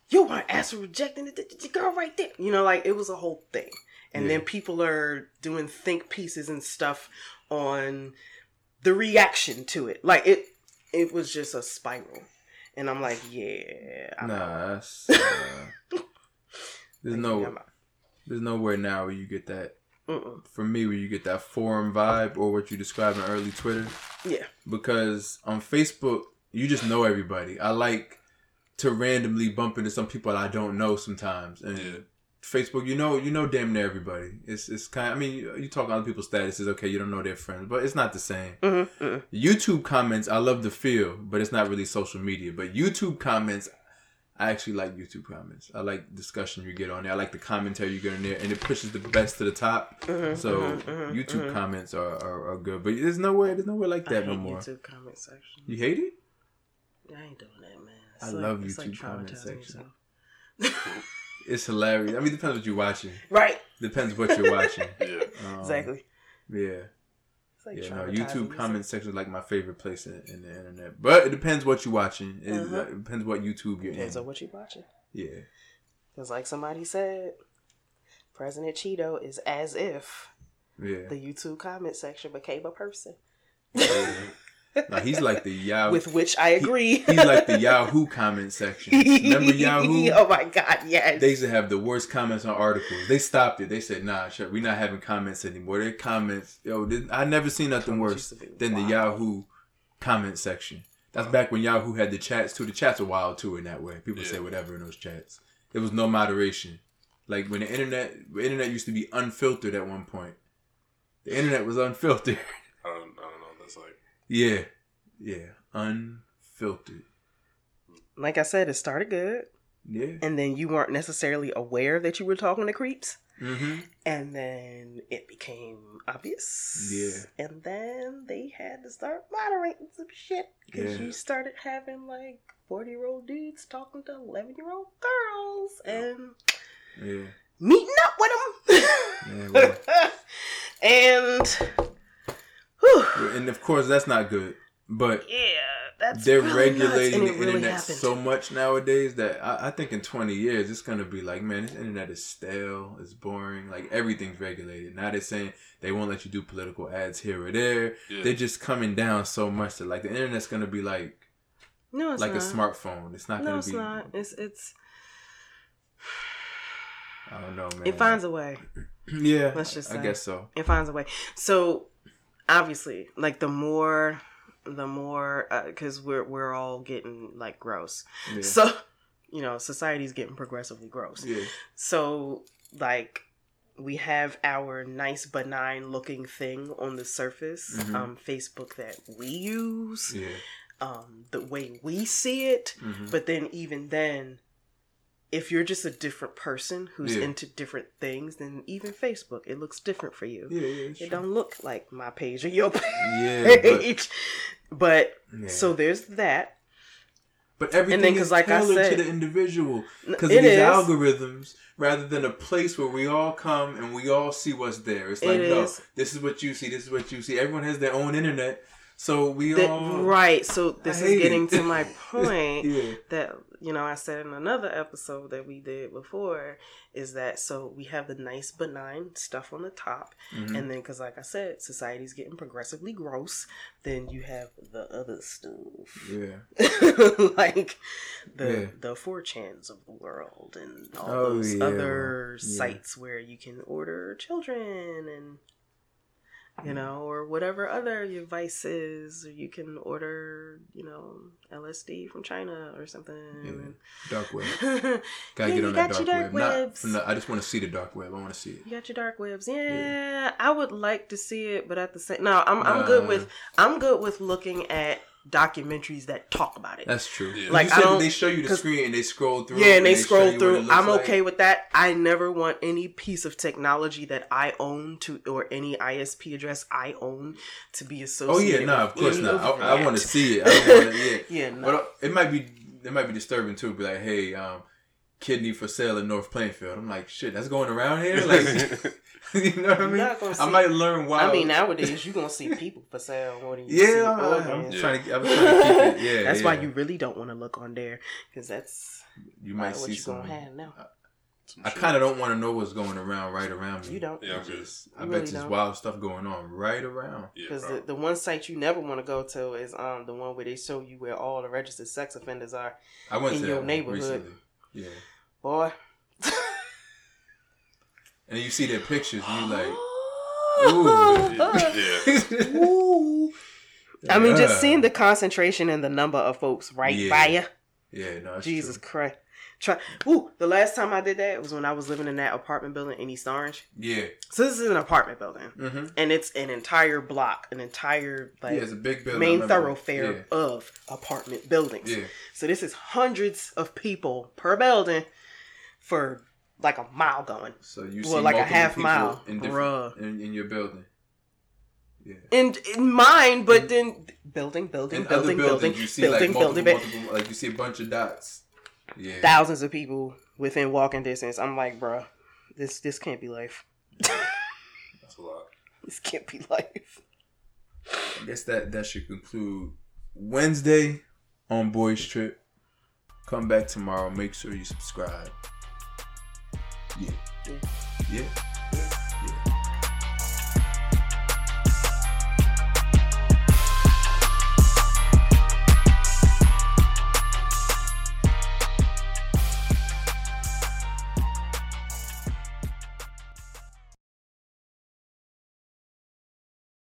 [SPEAKER 3] you weren't asking rejecting the, the, the girl right there. You know, like it was a whole thing. And then
[SPEAKER 1] Yeah.
[SPEAKER 3] people are doing think pieces and stuff on the reaction to it. Like it, it was just a spiral. And I'm like, yeah, I'm out.
[SPEAKER 1] nah, that's, uh, there's
[SPEAKER 3] Like,
[SPEAKER 1] no,
[SPEAKER 3] I'm out.
[SPEAKER 1] there's nowhere now where you get that.
[SPEAKER 3] Mm-mm.
[SPEAKER 1] For me, where you get that forum vibe or what you described in early Twitter.
[SPEAKER 3] Yeah.
[SPEAKER 1] Because on Facebook, you just know everybody. I like to randomly bump into some people that I don't know sometimes, and
[SPEAKER 2] Yeah.
[SPEAKER 1] Facebook, you know, you know, damn near everybody. It's it's kind. I mean, you, you talk on other people's statuses. Okay, you don't know their friends, but it's not the same.
[SPEAKER 3] Mhm. Mm-mm.
[SPEAKER 1] YouTube comments, I love the feel, but it's not really social media. But YouTube comments, I actually like YouTube comments. I like discussion you get on there. I like the commentary you get on there, and it pushes the best to the top.
[SPEAKER 3] Mhm,
[SPEAKER 1] So
[SPEAKER 3] mhm, mhm,
[SPEAKER 1] YouTube
[SPEAKER 3] mhm.
[SPEAKER 1] comments are, are, are good, but there's nowhere there's nowhere like
[SPEAKER 3] I
[SPEAKER 1] that no
[SPEAKER 3] hate
[SPEAKER 1] more.
[SPEAKER 3] YouTube comment section.
[SPEAKER 1] You hate it?
[SPEAKER 3] I ain't doing that, man.
[SPEAKER 1] I love YouTube comment
[SPEAKER 3] traumatizing
[SPEAKER 1] section.
[SPEAKER 3] yourself.
[SPEAKER 1] It's hilarious. I mean, depends what you're watching.
[SPEAKER 3] Right,
[SPEAKER 1] Depends what you're watching.
[SPEAKER 2] Yeah.
[SPEAKER 1] Um,
[SPEAKER 3] exactly.
[SPEAKER 1] Yeah.
[SPEAKER 3] It's like
[SPEAKER 1] yeah, no,
[SPEAKER 3] traumatizing
[SPEAKER 1] YouTube
[SPEAKER 3] yourself.
[SPEAKER 1] comment section is like my favorite place in, in the internet. But it depends what you're watching. It,
[SPEAKER 3] Uh-huh.
[SPEAKER 1] it depends what YouTube you're in.
[SPEAKER 3] Depends on what you watching.
[SPEAKER 1] yeah.
[SPEAKER 3] Because, like somebody said, President Cheeto is as if
[SPEAKER 1] Yeah.
[SPEAKER 3] the YouTube comment section became a person.
[SPEAKER 1] no, he's like the Yahoo.
[SPEAKER 3] With which I agree.
[SPEAKER 1] he's like the Yahoo comment section. Remember Yahoo?
[SPEAKER 3] oh my God, yes.
[SPEAKER 1] They used to have the worst comments on articles. They stopped it. They said, "Nah, shut. We're not having comments anymore." Their comments, yo, this, I never seen nothing
[SPEAKER 3] Comments
[SPEAKER 1] worse
[SPEAKER 3] used to be
[SPEAKER 1] than the
[SPEAKER 3] wild.
[SPEAKER 1] Yahoo comment section. That's back when Yahoo had the chats too. The chats are wild too in that way. People
[SPEAKER 2] Yeah.
[SPEAKER 1] say whatever in those chats. There was no moderation. Like when the internet, the internet used to be unfiltered at one point. The internet was unfiltered.
[SPEAKER 2] I don't, I don't know. That's like
[SPEAKER 1] yeah, yeah, unfiltered.
[SPEAKER 3] like I said, it started good,
[SPEAKER 1] Yeah.
[SPEAKER 3] and then you weren't necessarily aware that you were talking to creeps.
[SPEAKER 1] Mm-hmm.
[SPEAKER 3] And then it became obvious.
[SPEAKER 1] Yeah.
[SPEAKER 3] And then they had to start moderating some shit because
[SPEAKER 1] Yeah.
[SPEAKER 3] you started having like 40 year old dudes talking to 11 year old girls and
[SPEAKER 1] Yeah.
[SPEAKER 3] meeting up with
[SPEAKER 1] yeah
[SPEAKER 3] them.
[SPEAKER 1] well.
[SPEAKER 3] and, whew,
[SPEAKER 1] and of course, that's not good. But
[SPEAKER 3] yeah, that's
[SPEAKER 1] they're
[SPEAKER 3] really nuts,
[SPEAKER 1] regulating
[SPEAKER 3] and it
[SPEAKER 1] the
[SPEAKER 3] really
[SPEAKER 1] internet
[SPEAKER 3] happened.
[SPEAKER 1] so much nowadays that I, I think in 20 years it's going to be like man this internet is stale it's boring like everything's regulated now they're saying they won't let you do political ads here or there
[SPEAKER 3] Mm.
[SPEAKER 2] yeah.
[SPEAKER 1] they're just coming down so much that like the internet's going to be like
[SPEAKER 3] no, it's
[SPEAKER 1] like
[SPEAKER 3] not.
[SPEAKER 1] a smartphone it's not
[SPEAKER 3] No,
[SPEAKER 1] going
[SPEAKER 3] it's
[SPEAKER 1] to be
[SPEAKER 3] not. It's, it's,
[SPEAKER 1] i don't know man
[SPEAKER 3] it finds a way.
[SPEAKER 1] yeah
[SPEAKER 3] let's just
[SPEAKER 1] i
[SPEAKER 3] say.
[SPEAKER 1] guess so
[SPEAKER 3] it finds a way so obviously like the more the more because we're we're all getting like gross
[SPEAKER 1] yeah
[SPEAKER 3] so you know society's getting progressively gross
[SPEAKER 1] yeah
[SPEAKER 3] so like we have our nice benign looking thing on the surface
[SPEAKER 1] Mhm.
[SPEAKER 3] um facebook that we use
[SPEAKER 1] yeah
[SPEAKER 3] um the way we see it
[SPEAKER 1] hmm
[SPEAKER 3] but then even then if you're just a different person who's
[SPEAKER 1] Yeah.
[SPEAKER 3] into different things than even Facebook, it looks different for you.
[SPEAKER 1] Yeah, yeah,
[SPEAKER 3] It
[SPEAKER 1] sure.
[SPEAKER 3] don't look like my page or your
[SPEAKER 1] yeah. But,
[SPEAKER 3] page. but
[SPEAKER 1] yeah.
[SPEAKER 3] so there's that.
[SPEAKER 1] but everything
[SPEAKER 3] then, 'cause
[SPEAKER 1] is
[SPEAKER 3] like I
[SPEAKER 1] tailored
[SPEAKER 3] said-
[SPEAKER 1] to the individual because
[SPEAKER 3] it
[SPEAKER 1] these
[SPEAKER 3] is.
[SPEAKER 1] algorithms, rather than a place where we all come and we all see what's there. It's like
[SPEAKER 3] It
[SPEAKER 1] no,
[SPEAKER 3] is.
[SPEAKER 1] this is what you see. This is what you see. Everyone has their own internet, so we
[SPEAKER 3] That-
[SPEAKER 1] all
[SPEAKER 3] right. So this
[SPEAKER 1] hate
[SPEAKER 3] is getting
[SPEAKER 1] it.
[SPEAKER 3] to my point.
[SPEAKER 1] yeah.
[SPEAKER 3] that you know I said in another episode that we did before is that so we have the nice benign stuff on the top
[SPEAKER 1] Mhm.
[SPEAKER 3] and then because like I said society's getting progressively gross then you have the other stuff
[SPEAKER 1] yeah.
[SPEAKER 3] like the
[SPEAKER 1] Yeah.
[SPEAKER 3] the four chans of the world and all
[SPEAKER 1] Oh,
[SPEAKER 3] those
[SPEAKER 1] yeah,
[SPEAKER 3] other
[SPEAKER 1] well, yeah.
[SPEAKER 3] sites where you can order children and
[SPEAKER 1] Mm.
[SPEAKER 3] you know, or whatever other your vice is, or you can order, you know, LSD from China or something.
[SPEAKER 1] Dark web. Gotta
[SPEAKER 3] Yeah,
[SPEAKER 1] get
[SPEAKER 3] you
[SPEAKER 1] on that
[SPEAKER 3] got
[SPEAKER 1] dark, web.
[SPEAKER 3] your
[SPEAKER 1] Not,
[SPEAKER 3] dark webs.
[SPEAKER 1] from the, I just want to see the dark web. I want to see it.
[SPEAKER 3] You got your dark webs. Yeah, I would like to see it, but at the same no, I'm I'm
[SPEAKER 1] Nah.
[SPEAKER 3] good with I'm good with looking at documentaries that talk about it.
[SPEAKER 1] That's true.
[SPEAKER 2] Yeah.
[SPEAKER 1] Like
[SPEAKER 3] Like,
[SPEAKER 1] you
[SPEAKER 3] I
[SPEAKER 1] said,
[SPEAKER 3] don't-
[SPEAKER 1] they show you the
[SPEAKER 3] 'cause-
[SPEAKER 1] screen and they scroll through.
[SPEAKER 3] Yeah, and they
[SPEAKER 1] show you
[SPEAKER 3] scroll
[SPEAKER 1] what it
[SPEAKER 3] through.
[SPEAKER 1] looks
[SPEAKER 3] I'm
[SPEAKER 1] like.
[SPEAKER 3] okay with that. I never want any piece of technology that I own to or any ISP address I own to be
[SPEAKER 1] Oh yeah,
[SPEAKER 3] associated.
[SPEAKER 1] no,
[SPEAKER 3] with
[SPEAKER 1] of course
[SPEAKER 3] any
[SPEAKER 1] not.
[SPEAKER 3] of
[SPEAKER 1] I, I
[SPEAKER 3] that.
[SPEAKER 1] want to see it. I don't want to. Yeah.
[SPEAKER 3] Yeah, no.
[SPEAKER 1] But uh, it might be it might be disturbing too. Be like, hey, um, kidney for sale in North Plainfield. I'm like, shit, that's going around here. Like, you know what I
[SPEAKER 3] You're
[SPEAKER 1] mean?
[SPEAKER 3] not gonna
[SPEAKER 1] I
[SPEAKER 3] see-
[SPEAKER 1] might learn why.
[SPEAKER 3] I mean, nowadays you're gonna see people for sale more than you see
[SPEAKER 1] yeah, I'm, I'm
[SPEAKER 3] organs.
[SPEAKER 1] trying to. I'm trying to keep it. Yeah,
[SPEAKER 3] that's
[SPEAKER 1] yeah.
[SPEAKER 3] why you really don't want to look on there because that's
[SPEAKER 1] You
[SPEAKER 3] not
[SPEAKER 1] might
[SPEAKER 3] what
[SPEAKER 1] see
[SPEAKER 3] you're gonna
[SPEAKER 1] something.
[SPEAKER 3] have now.
[SPEAKER 2] Some
[SPEAKER 1] I
[SPEAKER 2] shit.
[SPEAKER 1] kind of don't want to know what's going around right around me.
[SPEAKER 3] You don't
[SPEAKER 2] Yeah, I'm good.
[SPEAKER 1] Just, I
[SPEAKER 3] You
[SPEAKER 1] bet
[SPEAKER 3] really
[SPEAKER 1] there's
[SPEAKER 3] don't.
[SPEAKER 1] wild stuff going on right around.
[SPEAKER 2] Yeah,
[SPEAKER 3] because
[SPEAKER 2] bro.
[SPEAKER 3] the, the one site you never want to go to is um the one where they show you where all the registered sex offenders are.
[SPEAKER 1] I went
[SPEAKER 3] In
[SPEAKER 1] to
[SPEAKER 3] your
[SPEAKER 1] that one
[SPEAKER 3] neighborhood.
[SPEAKER 1] recently. Yeah,
[SPEAKER 3] Boy,
[SPEAKER 1] and you see their pictures, and you like,
[SPEAKER 2] yeah, yeah.
[SPEAKER 3] Ooh. I mean,
[SPEAKER 1] Yeah.
[SPEAKER 3] just seeing the concentration and the number of folks right
[SPEAKER 1] Yeah.
[SPEAKER 3] by you.
[SPEAKER 1] Yeah, no, that's
[SPEAKER 3] Jesus
[SPEAKER 1] true.
[SPEAKER 3] Christ. Try. Ooh, the last time I did that was when I was living in that apartment building in East Orange.
[SPEAKER 1] Yeah,
[SPEAKER 3] So this is an apartment building,
[SPEAKER 1] mm-hmm.
[SPEAKER 3] and it's an entire block, an entire like
[SPEAKER 1] yeah, it's a big building. I
[SPEAKER 3] main
[SPEAKER 1] remember.
[SPEAKER 3] thoroughfare of apartment buildings.
[SPEAKER 1] Yeah, yeah.
[SPEAKER 3] So this is hundreds of people per building for like a mile going,
[SPEAKER 1] So you
[SPEAKER 3] well,
[SPEAKER 1] see
[SPEAKER 3] like a
[SPEAKER 1] multiple
[SPEAKER 3] half
[SPEAKER 1] people
[SPEAKER 3] mile,
[SPEAKER 1] in, different,
[SPEAKER 3] bruh.
[SPEAKER 1] in, in your building. Yeah.
[SPEAKER 3] And in mine, but then building, building,
[SPEAKER 1] In
[SPEAKER 3] building,
[SPEAKER 1] other buildings,
[SPEAKER 3] building,
[SPEAKER 1] you see
[SPEAKER 3] building,
[SPEAKER 1] like multiple,
[SPEAKER 3] building, building,
[SPEAKER 1] multiple, like you see a bunch of dots. Yeah,
[SPEAKER 3] thousands of people within walking distance. I'm like, bruh, this this can't be life.
[SPEAKER 2] That's a lot.
[SPEAKER 3] This can't be life.
[SPEAKER 1] I guess that that should conclude Wednesday on Boys Trip. Come back tomorrow. Make sure you subscribe. Yeah.
[SPEAKER 3] Yeah.
[SPEAKER 1] Yeah.